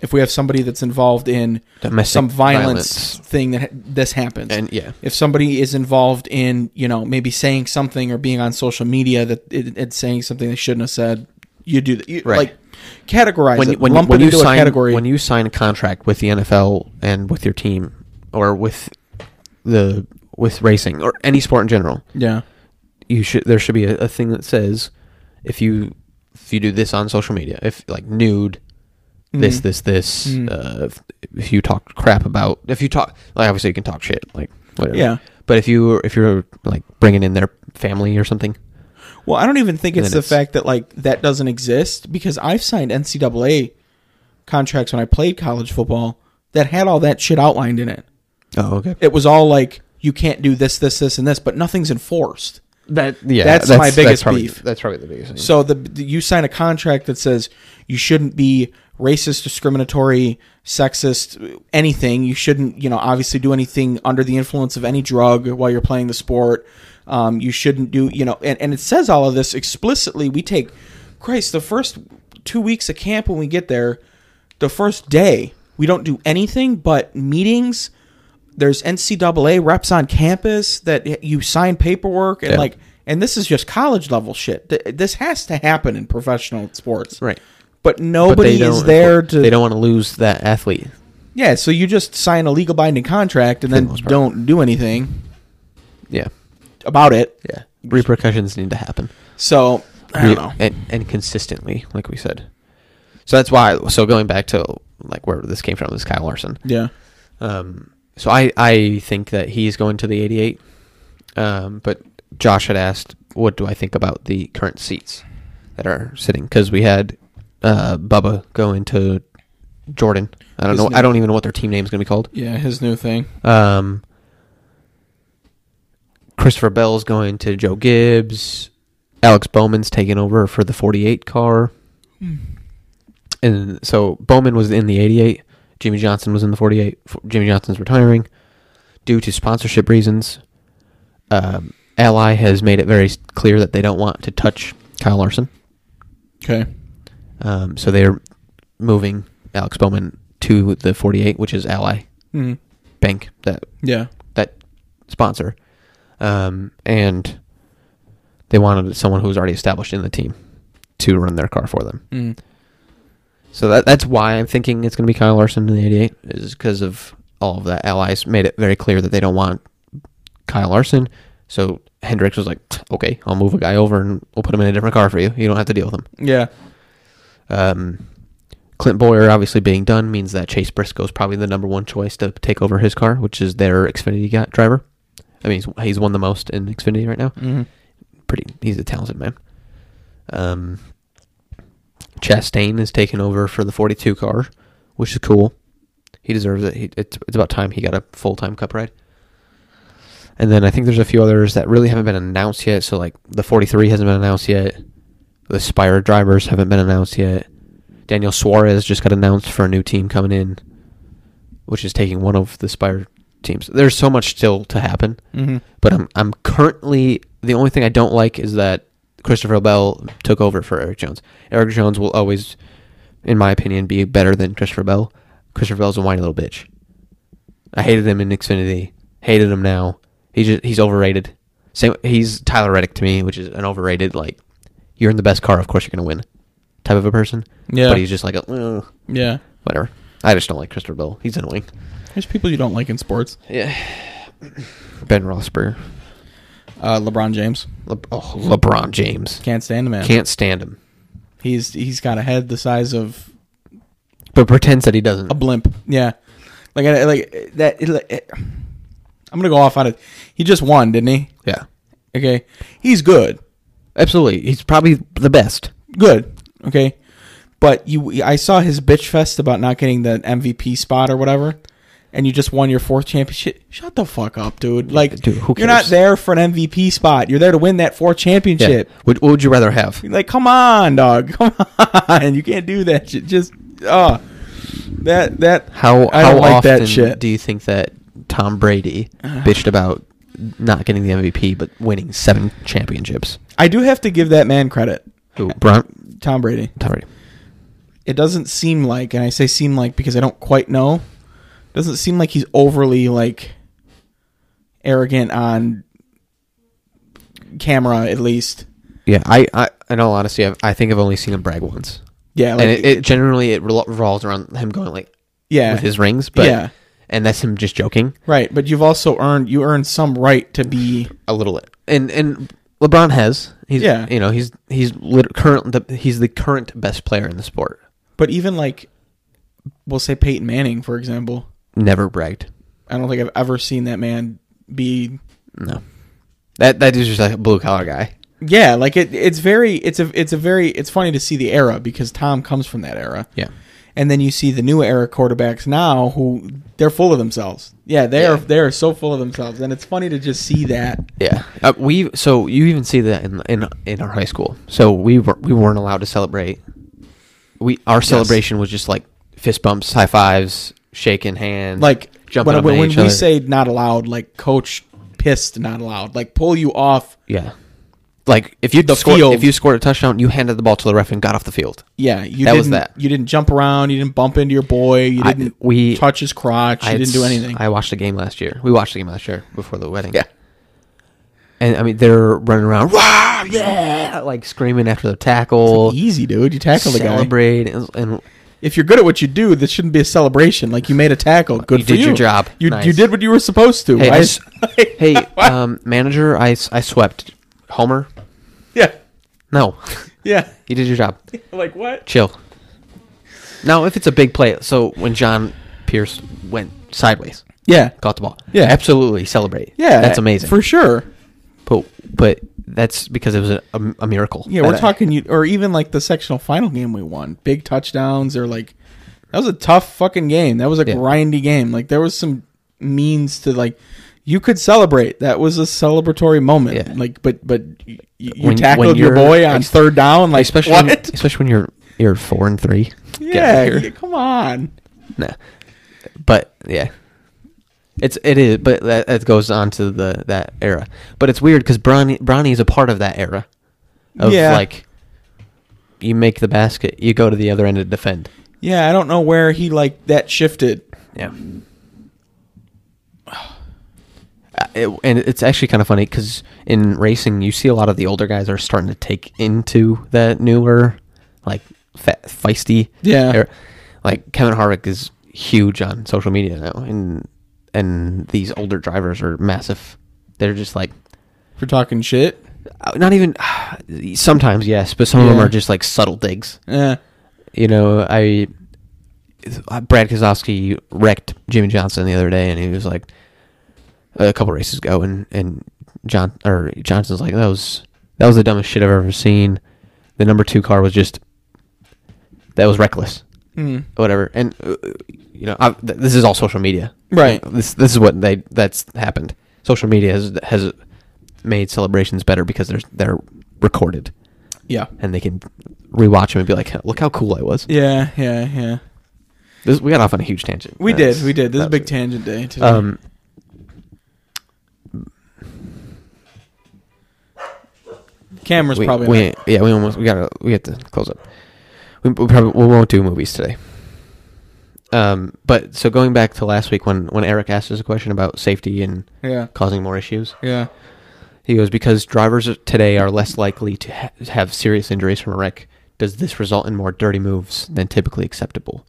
Speaker 2: if we have somebody that's involved in
Speaker 1: domestic
Speaker 2: some violence,
Speaker 1: violence.
Speaker 2: thing that ha- this happens
Speaker 1: And yeah,
Speaker 2: if somebody is involved in you know maybe saying something or being on social media that it, it's saying something they shouldn't have said you do that you,
Speaker 1: Right.
Speaker 2: like categorize
Speaker 1: when,
Speaker 2: it
Speaker 1: when,
Speaker 2: lump
Speaker 1: when
Speaker 2: it
Speaker 1: you
Speaker 2: into
Speaker 1: sign
Speaker 2: a category
Speaker 1: when you sign a contract with the NFL and with your team or with the with racing or any sport in general,
Speaker 2: yeah
Speaker 1: you should there should be a, a thing that says if you if you do this on social media, if like nude, this
Speaker 2: Mhm.
Speaker 1: this this,
Speaker 2: Mhm.
Speaker 1: uh, if, if you talk crap about if you talk like obviously you can talk shit like whatever.
Speaker 2: yeah
Speaker 1: But if you if you're like bringing in their family or something,
Speaker 2: Well, I don't even think
Speaker 1: And
Speaker 2: it's the
Speaker 1: then it's-
Speaker 2: fact that like that doesn't exist because I've signed NCAA contracts when I played college football that had all that shit outlined in it.
Speaker 1: oh okay,
Speaker 2: It was all like you can't do this, this, this, and this, but nothing's enforced.
Speaker 1: that yeah,
Speaker 2: That's my biggest
Speaker 1: probably,
Speaker 2: beef.
Speaker 1: That's probably the biggest thing.
Speaker 2: Mm. So the, the you sign a contract that says you shouldn't be racist, discriminatory, sexist, anything. You shouldn't, you know, obviously do anything under the influence of any drug while you're playing the sport. Um, you shouldn't do, you know, and, and it says all of this explicitly. We take, Christ, the first two weeks of camp when we get there, the first day we don't do anything but meetings. There's NCAA reps on campus that you sign paperwork and
Speaker 1: Yeah.
Speaker 2: like and this is just college level shit. Th- This has to happen in professional sports,
Speaker 1: right.
Speaker 2: But
Speaker 1: But
Speaker 2: nobody is there to.
Speaker 1: They don't want to lose that athlete.
Speaker 2: Yeah, so you just sign a legal binding contract and
Speaker 1: the
Speaker 2: then
Speaker 1: most part.
Speaker 2: don't do anything
Speaker 1: Yeah,
Speaker 2: about it.
Speaker 1: yeah. Repercussions need to happen.
Speaker 2: So I
Speaker 1: Re-
Speaker 2: don't know.
Speaker 1: And, and consistently, like we said. So that's why. So going back to like where this came from, this Kyle Larson.
Speaker 2: Yeah,
Speaker 1: Um, so I I think that he's going to the 88. Um, but Josh had asked, what do I think about the current seats that are sitting? Because we had uh, Bubba go into Jordan. I don't
Speaker 2: His
Speaker 1: know.
Speaker 2: name-
Speaker 1: I don't even know what their team name is going to be called.
Speaker 2: yeah, his new thing.
Speaker 1: Um, Christopher Bell's going to Joe Gibbs. Alex Bowman's taking over for the 48 car. And so Bowman was in the 88. Jimmy Johnson was in the 48. F- Jimmy Johnson's retiring due to sponsorship reasons. Um, Ally has made it very s- clear that they don't want to touch Kyle Larson.
Speaker 2: Okay,
Speaker 1: Um, so they're moving Alex Bowman to the 48, which is Ally
Speaker 2: hmm
Speaker 1: Bank that
Speaker 2: yeah,
Speaker 1: that sponsor, um, and they wanted someone who was already established in the team to run their car for them.
Speaker 2: mm.
Speaker 1: So that that's why I'm thinking it's going to be Kyle Larson in the '88 is because of all of that. Allies made it very clear that they don't want Kyle Larson. So Hendricks was like, "Okay, I'll move a guy over and we'll put him in a different car for you. You don't have to deal with him."
Speaker 2: yeah,
Speaker 1: Um, Clint Boyer obviously being done means that Chase Briscoe is probably the number one choice to take over his car, which is their Xfinity guy, driver. I mean, he's, he's won the most in Xfinity right now.
Speaker 2: hmm
Speaker 1: Pretty, he's a talented man. Um, Chastain is taking over for the 42 car, which is cool. He deserves it. He, it's, it's about time he got a full time cup ride. And then I think there's a few others that really haven't been announced yet. So like the 43 hasn't been announced yet. The Spire drivers haven't been announced yet. Daniel Suarez just got announced for a new team coming in, which is taking one of the Spire teams. There's so much still to happen.
Speaker 2: Mhm.
Speaker 1: But I'm I'm currently the only thing I don't like is that Christopher Bell took over for Eric Jones. Eric Jones will always, in my opinion, be better than Christopher Bell. Christopher Bell's a whiny little bitch. I hated him in Xfinity. Hated him now. He just he's overrated. Same he's Tyler Reddick to me, which is an overrated like you're in the best car, of course you're gonna win type of a person.
Speaker 2: Yeah.
Speaker 1: But he's just like a, "Ugh,"
Speaker 2: yeah.
Speaker 1: whatever. I just don't like Christopher Bell. He's annoying.
Speaker 2: There's people you don't like in sports.
Speaker 1: Yeah. Ben Rossberg.
Speaker 2: Uh, LeBron James
Speaker 1: Le- oh, LeBron James.
Speaker 2: can't stand the man.
Speaker 1: Can't stand him.
Speaker 2: He's he's got a head the size of
Speaker 1: But pretends that he doesn't.
Speaker 2: a blimp. Yeah, like I, like that. It, it- I'm gonna go off on it. He just won, didn't he?
Speaker 1: yeah.
Speaker 2: Okay, he's good,
Speaker 1: Absolutely. He's probably the best.
Speaker 2: good. Okay, but you, I saw his bitch fest about not getting the MVP spot or whatever, and you just won your fourth championship. Shut the fuck up, dude. Like,
Speaker 1: dude, who
Speaker 2: you're not
Speaker 1: cares?
Speaker 2: there for an MVP spot. You're there to win that fourth
Speaker 1: Yeah.
Speaker 2: championship.
Speaker 1: What, what would you rather have?
Speaker 2: Like, come on, dog. Come on. You can't do that shit. Just, oh. That that
Speaker 1: How
Speaker 2: I
Speaker 1: how
Speaker 2: don't like
Speaker 1: often
Speaker 2: that shit.
Speaker 1: do you think that Tom Brady bitched about not getting the MVP but winning seven championships?
Speaker 2: I do have to give that man credit,
Speaker 1: Who Bron-
Speaker 2: Tom Brady.
Speaker 1: Tom Brady.
Speaker 2: It doesn't seem like, and I say seem like because I don't quite know. Doesn't seem like he's overly like arrogant on camera, at least.
Speaker 1: Yeah, I, I in all honesty, I've, I think I've only seen him brag once,
Speaker 2: Yeah, like
Speaker 1: and it, it generally it revol- revolves around him going like
Speaker 2: yeah,
Speaker 1: with his rings, but
Speaker 2: Yeah.
Speaker 1: and that's him just joking
Speaker 2: right. But you've also earned you earned some right to be
Speaker 1: a little. And and LeBron has he's
Speaker 2: Yeah.
Speaker 1: you know he's he's lit- current the, he's the current best player in the sport.
Speaker 2: But even like, we'll say Peyton Manning, for example.
Speaker 1: Never bragged.
Speaker 2: I don't think I've ever seen that man be.
Speaker 1: No, that that is just like a blue collar guy.
Speaker 2: Yeah, like it. It's very. It's a. It's a very. It's funny to see the era because Tom comes from that era.
Speaker 1: Yeah.
Speaker 2: And then you see the new era quarterbacks now who they're full of themselves. Yeah, they are.
Speaker 1: Yeah.
Speaker 2: They are so full of themselves, and it's funny to just see that.
Speaker 1: Yeah, uh, we so you even see that in in in our high school. So we were, we weren't allowed to celebrate. We our celebration was just like fist bumps, high fives, shaking hands,
Speaker 2: Like
Speaker 1: jumping
Speaker 2: when,
Speaker 1: up
Speaker 2: when,
Speaker 1: on
Speaker 2: when
Speaker 1: each
Speaker 2: we
Speaker 1: other.
Speaker 2: say not allowed, like coach pissed not allowed, like pull you off.
Speaker 1: yeah. Like if you
Speaker 2: The
Speaker 1: scored,
Speaker 2: field.
Speaker 1: if you scored a touchdown, you handed the ball to the ref and got off the field.
Speaker 2: Yeah, you
Speaker 1: That
Speaker 2: didn't,
Speaker 1: was that.
Speaker 2: You didn't jump around. You didn't bump into your boy. You
Speaker 1: I-
Speaker 2: didn't
Speaker 1: we-
Speaker 2: touch his crotch.
Speaker 1: I
Speaker 2: you
Speaker 1: had
Speaker 2: didn't do
Speaker 1: s-
Speaker 2: anything.
Speaker 1: I watched the game last year. We watched the game last year before the wedding.
Speaker 2: Yeah.
Speaker 1: and I mean they're running around, wow, yeah, like screaming after the tackle,
Speaker 2: Easy, dude. You tackle the guy.
Speaker 1: celebrate, and, and
Speaker 2: If you're good at what you do, this shouldn't be a celebration. Like you made a tackle. Good
Speaker 1: You
Speaker 2: for
Speaker 1: did
Speaker 2: you.
Speaker 1: your job.
Speaker 2: You you
Speaker 1: Nice.
Speaker 2: did what you were supposed to.
Speaker 1: Hey,
Speaker 2: Why
Speaker 1: I
Speaker 2: is-
Speaker 1: s- hey, um, manager, I, s- I swept. Homer,
Speaker 2: yeah,
Speaker 1: no,
Speaker 2: yeah.
Speaker 1: you did your job.
Speaker 2: Like what?
Speaker 1: Chill. Now, if it's a big play, so when John Pierce went sideways,
Speaker 2: Yeah,
Speaker 1: got the ball,
Speaker 2: Yeah.
Speaker 1: absolutely celebrate.
Speaker 2: yeah.
Speaker 1: that's amazing.
Speaker 2: for sure.
Speaker 1: but but that's because it was a, a, a miracle.
Speaker 2: Yeah,
Speaker 1: that
Speaker 2: we're
Speaker 1: I-
Speaker 2: talking. You or even like the sectional final game we won. Big touchdowns. Or like that was a tough fucking game. That was a
Speaker 1: Yeah.
Speaker 2: grindy game. Like there was some means to like. You could celebrate. That was a celebratory moment.
Speaker 1: Yeah.
Speaker 2: Like, but but you, you
Speaker 1: When-
Speaker 2: tackled
Speaker 1: when
Speaker 2: your
Speaker 1: you're-
Speaker 2: boy on third down. Like,
Speaker 1: especially when,
Speaker 2: what?
Speaker 1: especially when you're you're four and three. Get
Speaker 2: Yeah,
Speaker 1: out of here.
Speaker 2: yeah, come on.
Speaker 1: No, but yeah, it's it is. But that, that goes on to the that era. But it's weird because Bronny Bronny is a part of that era. Of
Speaker 2: Yeah.
Speaker 1: like, you make the basket, you go to the other end to defend.
Speaker 2: Yeah, I don't know where he like that shifted.
Speaker 1: Yeah. Uh, it- and it's actually kind of funny because in racing, you see a lot of the older guys are starting to take into that newer, like fe- feisty.
Speaker 2: Yeah.
Speaker 1: era. Like Kevin Harvick is huge on social media now, and and these older drivers are massive. They're just like
Speaker 2: For talking shit.
Speaker 1: uh, not even. Sometimes yes, but some of them
Speaker 2: Yeah.
Speaker 1: are just like subtle digs.
Speaker 2: Yeah.
Speaker 1: You know, I Brad Kozlowski wrecked Jimmy Johnson the other day, and he was like a couple races ago, and and John or Johnson's like that was that was the dumbest shit I've ever seen. The number two car was just that was reckless,
Speaker 2: Hmm.
Speaker 1: whatever. And uh, you know, I, th- this is all social media,
Speaker 2: Right.
Speaker 1: This this is what they that's happened. Social media has has made celebrations better because they're they're recorded
Speaker 2: Yeah.
Speaker 1: and they can rewatch them and be like, look how cool I was.
Speaker 2: Yeah. Yeah. Yeah.
Speaker 1: This, we got off on a huge tangent.
Speaker 2: We
Speaker 1: That's-
Speaker 2: did. We did. This is a
Speaker 1: that's-
Speaker 2: big tangent day today.
Speaker 1: Um,
Speaker 2: Camera's
Speaker 1: we,
Speaker 2: probably.
Speaker 1: we,
Speaker 2: not.
Speaker 1: yeah, we almost we gotta we have to close up. We, we probably we won't do movies today. Um, but so going back to last week when when Eric asked us a question about safety and
Speaker 2: Yeah.
Speaker 1: causing more issues,
Speaker 2: Yeah.
Speaker 1: he goes because drivers today are less likely to ha- have serious injuries from a wreck. Does this result in more dirty moves than typically acceptable?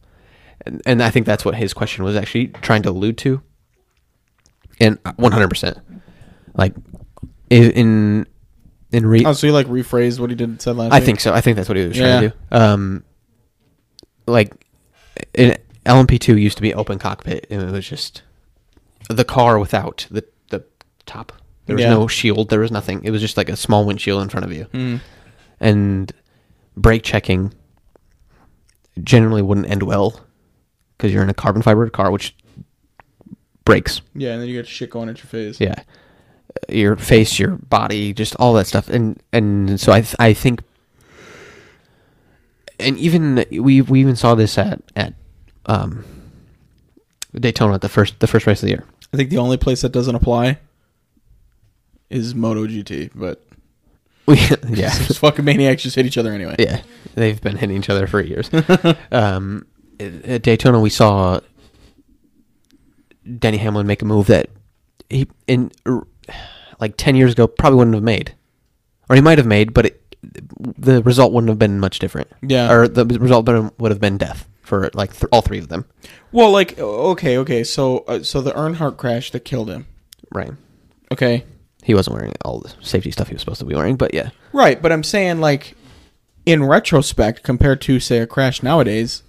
Speaker 1: And, and I think that's what his question was actually trying to allude to. And uh, 100%. Like i- in in re-
Speaker 2: Oh, so you like rephrased what he did said last.
Speaker 1: I
Speaker 2: week?
Speaker 1: think so. I think that's what he was trying
Speaker 2: Yeah.
Speaker 1: to do. Um, like, in LMP2 used to be open cockpit, and it was just the car without the the top. There was
Speaker 2: Yeah.
Speaker 1: no shield. There was nothing. It was just like a small windshield in front of you,
Speaker 2: Mm.
Speaker 1: and brake checking generally wouldn't end well because you're in a carbon fiber car, which breaks.
Speaker 2: Yeah, and then you got shit going at your face.
Speaker 1: Yeah. Your face, your body, just all that stuff. And and so I th- I think and even we we even saw this at at um, Daytona at the first the first race of the year.
Speaker 2: I think the only place that doesn't apply is MotoGP, but
Speaker 1: yeah,
Speaker 2: those fucking maniacs just hit each other anyway.
Speaker 1: yeah, they've been hitting each other for years. um, at at Daytona, we saw Denny Hamlin make a move that he in er, like ten years ago probably wouldn't have made, or he might have made, but it, the result wouldn't have been much different.
Speaker 2: Yeah.
Speaker 1: or the result been- would have been death for like th- all three of them.
Speaker 2: Well, like okay, okay. So uh, so the Earnhardt crash that killed him.
Speaker 1: Right.
Speaker 2: Okay.
Speaker 1: He wasn't wearing all the safety stuff he was supposed to be wearing, but yeah,
Speaker 2: Right, but I'm saying like in retrospect compared to say a crash nowadays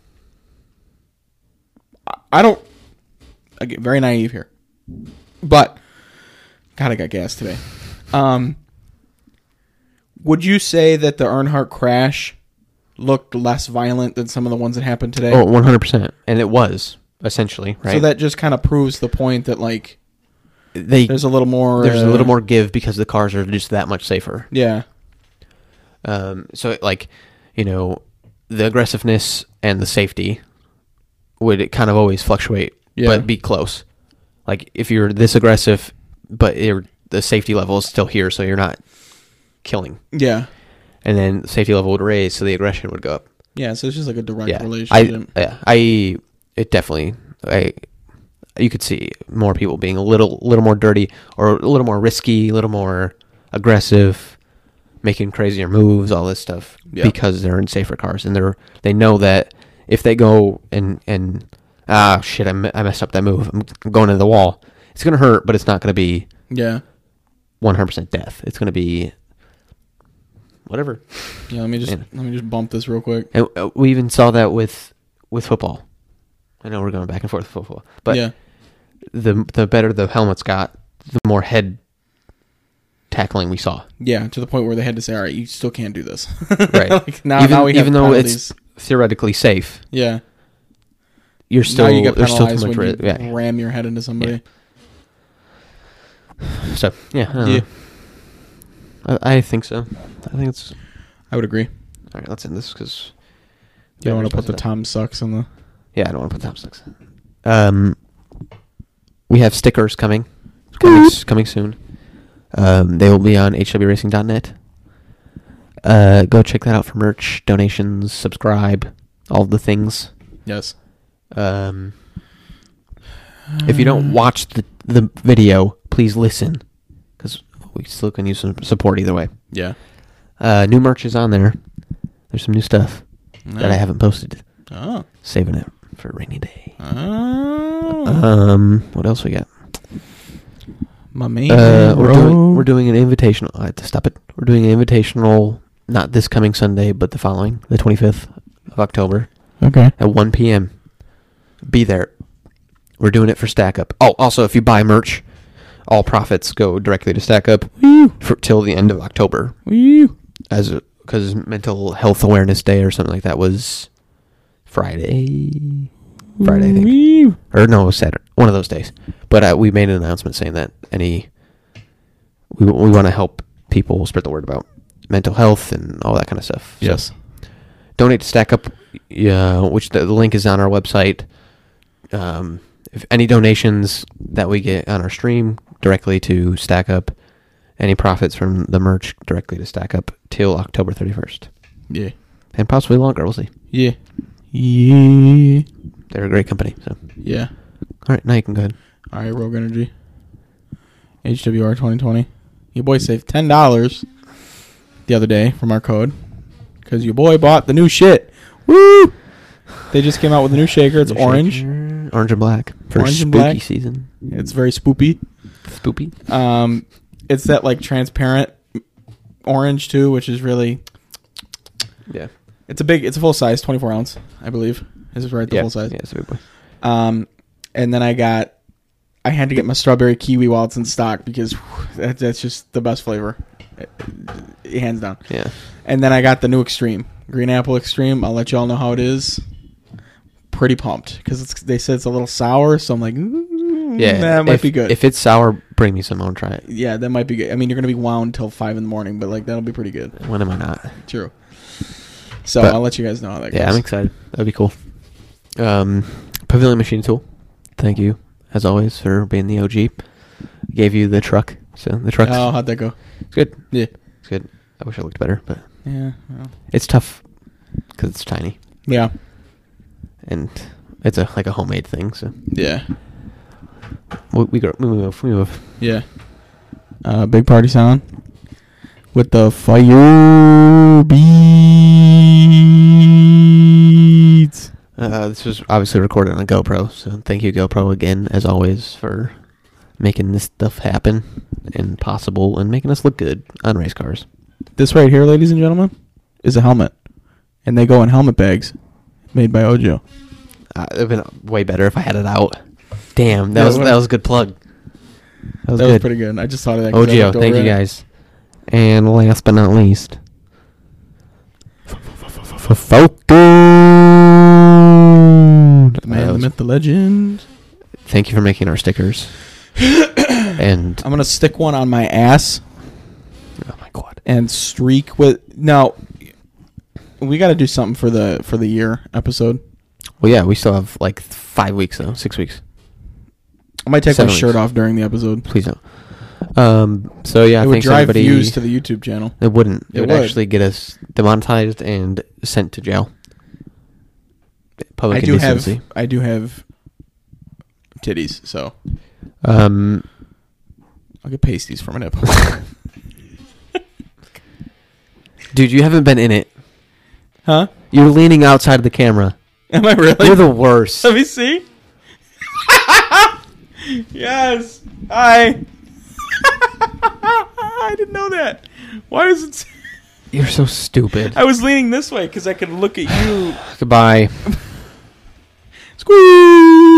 Speaker 2: I- I don't I get very naive here. But god, I got gas today. Um would you say that the Earnhardt crash looked less violent than some of the ones that happened today?
Speaker 1: oh, one hundred percent, and it was essentially right.
Speaker 2: So that just kind of proves the point that like
Speaker 1: they
Speaker 2: there's a little more
Speaker 1: there's a
Speaker 2: uh,
Speaker 1: little more give because the cars are just that much safer.
Speaker 2: Yeah.
Speaker 1: Um, so like, you know, the aggressiveness and the safety would kind of always fluctuate,
Speaker 2: Yeah.
Speaker 1: but be close. Like if you're this aggressive, but you're, the safety level is still here, so you're not killing,
Speaker 2: Yeah.
Speaker 1: and then the safety level would raise, so the aggression would go up.
Speaker 2: Yeah, so it's just like a direct
Speaker 1: Yeah,
Speaker 2: relationship.
Speaker 1: I yeah, I it definitely I you could see more people being a little little more dirty or a little more risky, a little more aggressive, making crazier moves, all this stuff
Speaker 2: Yeah.
Speaker 1: because they're in safer cars and they're they know that if they go and and ah shit, I, me- I messed up that move. I'm going into the wall. It's gonna hurt, but it's not gonna be
Speaker 2: yeah.
Speaker 1: 100% death. It's gonna be whatever.
Speaker 2: Yeah, let me just
Speaker 1: Yeah.
Speaker 2: let me just bump this real quick.
Speaker 1: And uh, we even saw that with with football. I know we're going back and forth with football, but
Speaker 2: yeah,
Speaker 1: the the better the helmets got, the more head tackling we saw.
Speaker 2: yeah, to the point where they had to say, "All right, you still can't do this."
Speaker 1: Right.
Speaker 2: like now,
Speaker 1: even
Speaker 2: now we have
Speaker 1: even though
Speaker 2: penalties.
Speaker 1: it's theoretically safe,
Speaker 2: yeah,
Speaker 1: you're still
Speaker 2: now you get
Speaker 1: there's still
Speaker 2: penalized
Speaker 1: too much
Speaker 2: when you
Speaker 1: risk. Yeah.
Speaker 2: ram your head into somebody.
Speaker 1: So yeah, Uh-huh. I, don't
Speaker 2: Yeah.
Speaker 1: know. I, I think so. I think it's
Speaker 2: I would agree. You
Speaker 1: all right. Let's end this because
Speaker 2: don't want to put the Tom sucks in the.
Speaker 1: Yeah, I don't want to put Tom sticks. Um, we have stickers coming, coming, s- coming soon. Um, they will be on hwracing.net. Uh, go check that out for merch, donations, subscribe, all the things.
Speaker 2: Yes.
Speaker 1: Um, if you
Speaker 2: Mm. Uh,
Speaker 1: don't watch the the video, please listen, because we still can use some support either way.
Speaker 2: Yeah.
Speaker 1: Uh, new merch is on there. There's some new stuff that I
Speaker 2: Alright.
Speaker 1: haven't posted.
Speaker 2: Oh.
Speaker 1: Saving it for a rainy day.
Speaker 2: Oh.
Speaker 1: Um, what else we got?
Speaker 2: My man.
Speaker 1: Uh, we're
Speaker 2: Ro-
Speaker 1: doing we're doing an invitational. I have to stop it. We're doing an invitational, not this coming Sunday, but the following, the 25th of October
Speaker 2: Okay.
Speaker 1: at 1 p.m. Be there. We're doing it for Stack Up. Oh, also, if you buy merch, all profits go directly to Stack Up
Speaker 2: Woo.
Speaker 1: for till the end of October,
Speaker 2: Woo.
Speaker 1: as because Mental Health Awareness Day or something like that was Friday. Friday, I think
Speaker 2: Woo.
Speaker 1: or no, it was Saturday, one of those days. But uh, we made an announcement saying that any we we want to help people spread the word about mental health and all that kind of stuff. So
Speaker 2: Yes.
Speaker 1: donate to Stack Up, yeah, which the, the link is on our website. Um, if any donations that we get on our stream directly to Stack Up, any profits from the merch directly to Stack Up till October thirty first,
Speaker 2: Yeah.
Speaker 1: and possibly longer. We'll see.
Speaker 2: Yeah. Yeah.
Speaker 1: They're a great company. So
Speaker 2: Yeah.
Speaker 1: all right, now you can go ahead.
Speaker 2: All right, Rogue Energy. HWR 2020. Your boy saved $10 the other day from our code because your boy bought the new shit. Woo! They just came out with a new shaker. It's
Speaker 1: New
Speaker 2: orange.
Speaker 1: shaker, orange and black for
Speaker 2: Orange
Speaker 1: spooky
Speaker 2: and black.
Speaker 1: season.
Speaker 2: It's very spoopy.
Speaker 1: Spoopy.
Speaker 2: Um, it's that like transparent orange too, which is really
Speaker 1: Yeah.
Speaker 2: it's a big it's a full size, 24 ounce, I believe. This is right, the
Speaker 1: yeah.
Speaker 2: full size.
Speaker 1: Yeah, it's a big boy.
Speaker 2: Um, and then I got, I had to get my strawberry kiwi while it's in stock because whew, that, that's just the best flavor, Uh, hands down.
Speaker 1: Yeah.
Speaker 2: And then I got the new extreme green apple extreme. I'll let y'all know how it is. Pretty pumped because they said it's a little sour, so I'm like, mm,
Speaker 1: Yeah.
Speaker 2: that might
Speaker 1: if,
Speaker 2: be good.
Speaker 1: If it's sour, bring me some. I'll try it.
Speaker 2: yeah, that might be good. I mean, you're gonna be wound till five in the morning, but like that'll be pretty good.
Speaker 1: When am I not?
Speaker 2: True. So
Speaker 1: But-
Speaker 2: I'll let you guys know how that goes.
Speaker 1: Yeah, I'm excited. That'd be cool. Um, Pavilion Machine Tool, thank you as always for being the OG. Gave you the truck, so the truck's
Speaker 2: Oh, how'd that go?
Speaker 1: it's good.
Speaker 2: Yeah.
Speaker 1: It's good. I wish I looked better, but
Speaker 2: Yeah. well.
Speaker 1: it's tough because it's tiny
Speaker 2: Yeah.
Speaker 1: and it's a like a homemade thing. So
Speaker 2: Yeah.
Speaker 1: we we, grow, we move, we move.
Speaker 2: Yeah. Uh, big party sound with the fire beats.
Speaker 1: Uh, this was obviously recorded on a GoPro, so thank you GoPro again as always for making this stuff happen and possible and making us look good on race cars.
Speaker 2: This right here, ladies and gentlemen, is a helmet, and they go in helmet bags made by Ojo.
Speaker 1: Uh, it would have been way better if I had it out. Damn, that
Speaker 2: Yeah,
Speaker 1: was
Speaker 2: what-
Speaker 1: that was a good plug. That was
Speaker 2: That was
Speaker 1: good.
Speaker 2: pretty good. I just thought of that. 'cause I
Speaker 1: OGO,
Speaker 2: looked
Speaker 1: Oh, thank
Speaker 2: over
Speaker 1: you
Speaker 2: at it.
Speaker 1: guys. And last but not least, Falcon.
Speaker 2: The man, the myth, the legend.
Speaker 1: Thank you for making our stickers. and
Speaker 2: I'm gonna stick one on my ass
Speaker 1: oh my god,
Speaker 2: and streak with. Now, we got to do something for the for the year episode.
Speaker 1: well yeah, we still have like five weeks though, six weeks.
Speaker 2: I might take
Speaker 1: Seven
Speaker 2: my
Speaker 1: weeks.
Speaker 2: shirt off during the episode.
Speaker 1: Please don't. Um. So yeah,
Speaker 2: it would
Speaker 1: thanks
Speaker 2: drive
Speaker 1: everybody.
Speaker 2: views to the YouTube channel.
Speaker 1: it wouldn't. It,
Speaker 2: It
Speaker 1: would,
Speaker 2: would.
Speaker 1: actually get us demonetized and sent to jail.
Speaker 2: I
Speaker 1: Public
Speaker 2: do
Speaker 1: indecency.
Speaker 2: have I do have titties, so
Speaker 1: um.
Speaker 2: I'll get pasties from an apple.
Speaker 1: Dude, you haven't been in it.
Speaker 2: huh?
Speaker 1: You're leaning outside of the camera.
Speaker 2: Am I really?
Speaker 1: You're the worst.
Speaker 2: Let me see. yes. Hi. I didn't know that. Why does it? say-
Speaker 1: You're so stupid.
Speaker 2: I was leaning this way because I could look at you.
Speaker 1: Goodbye.
Speaker 2: Squeeze.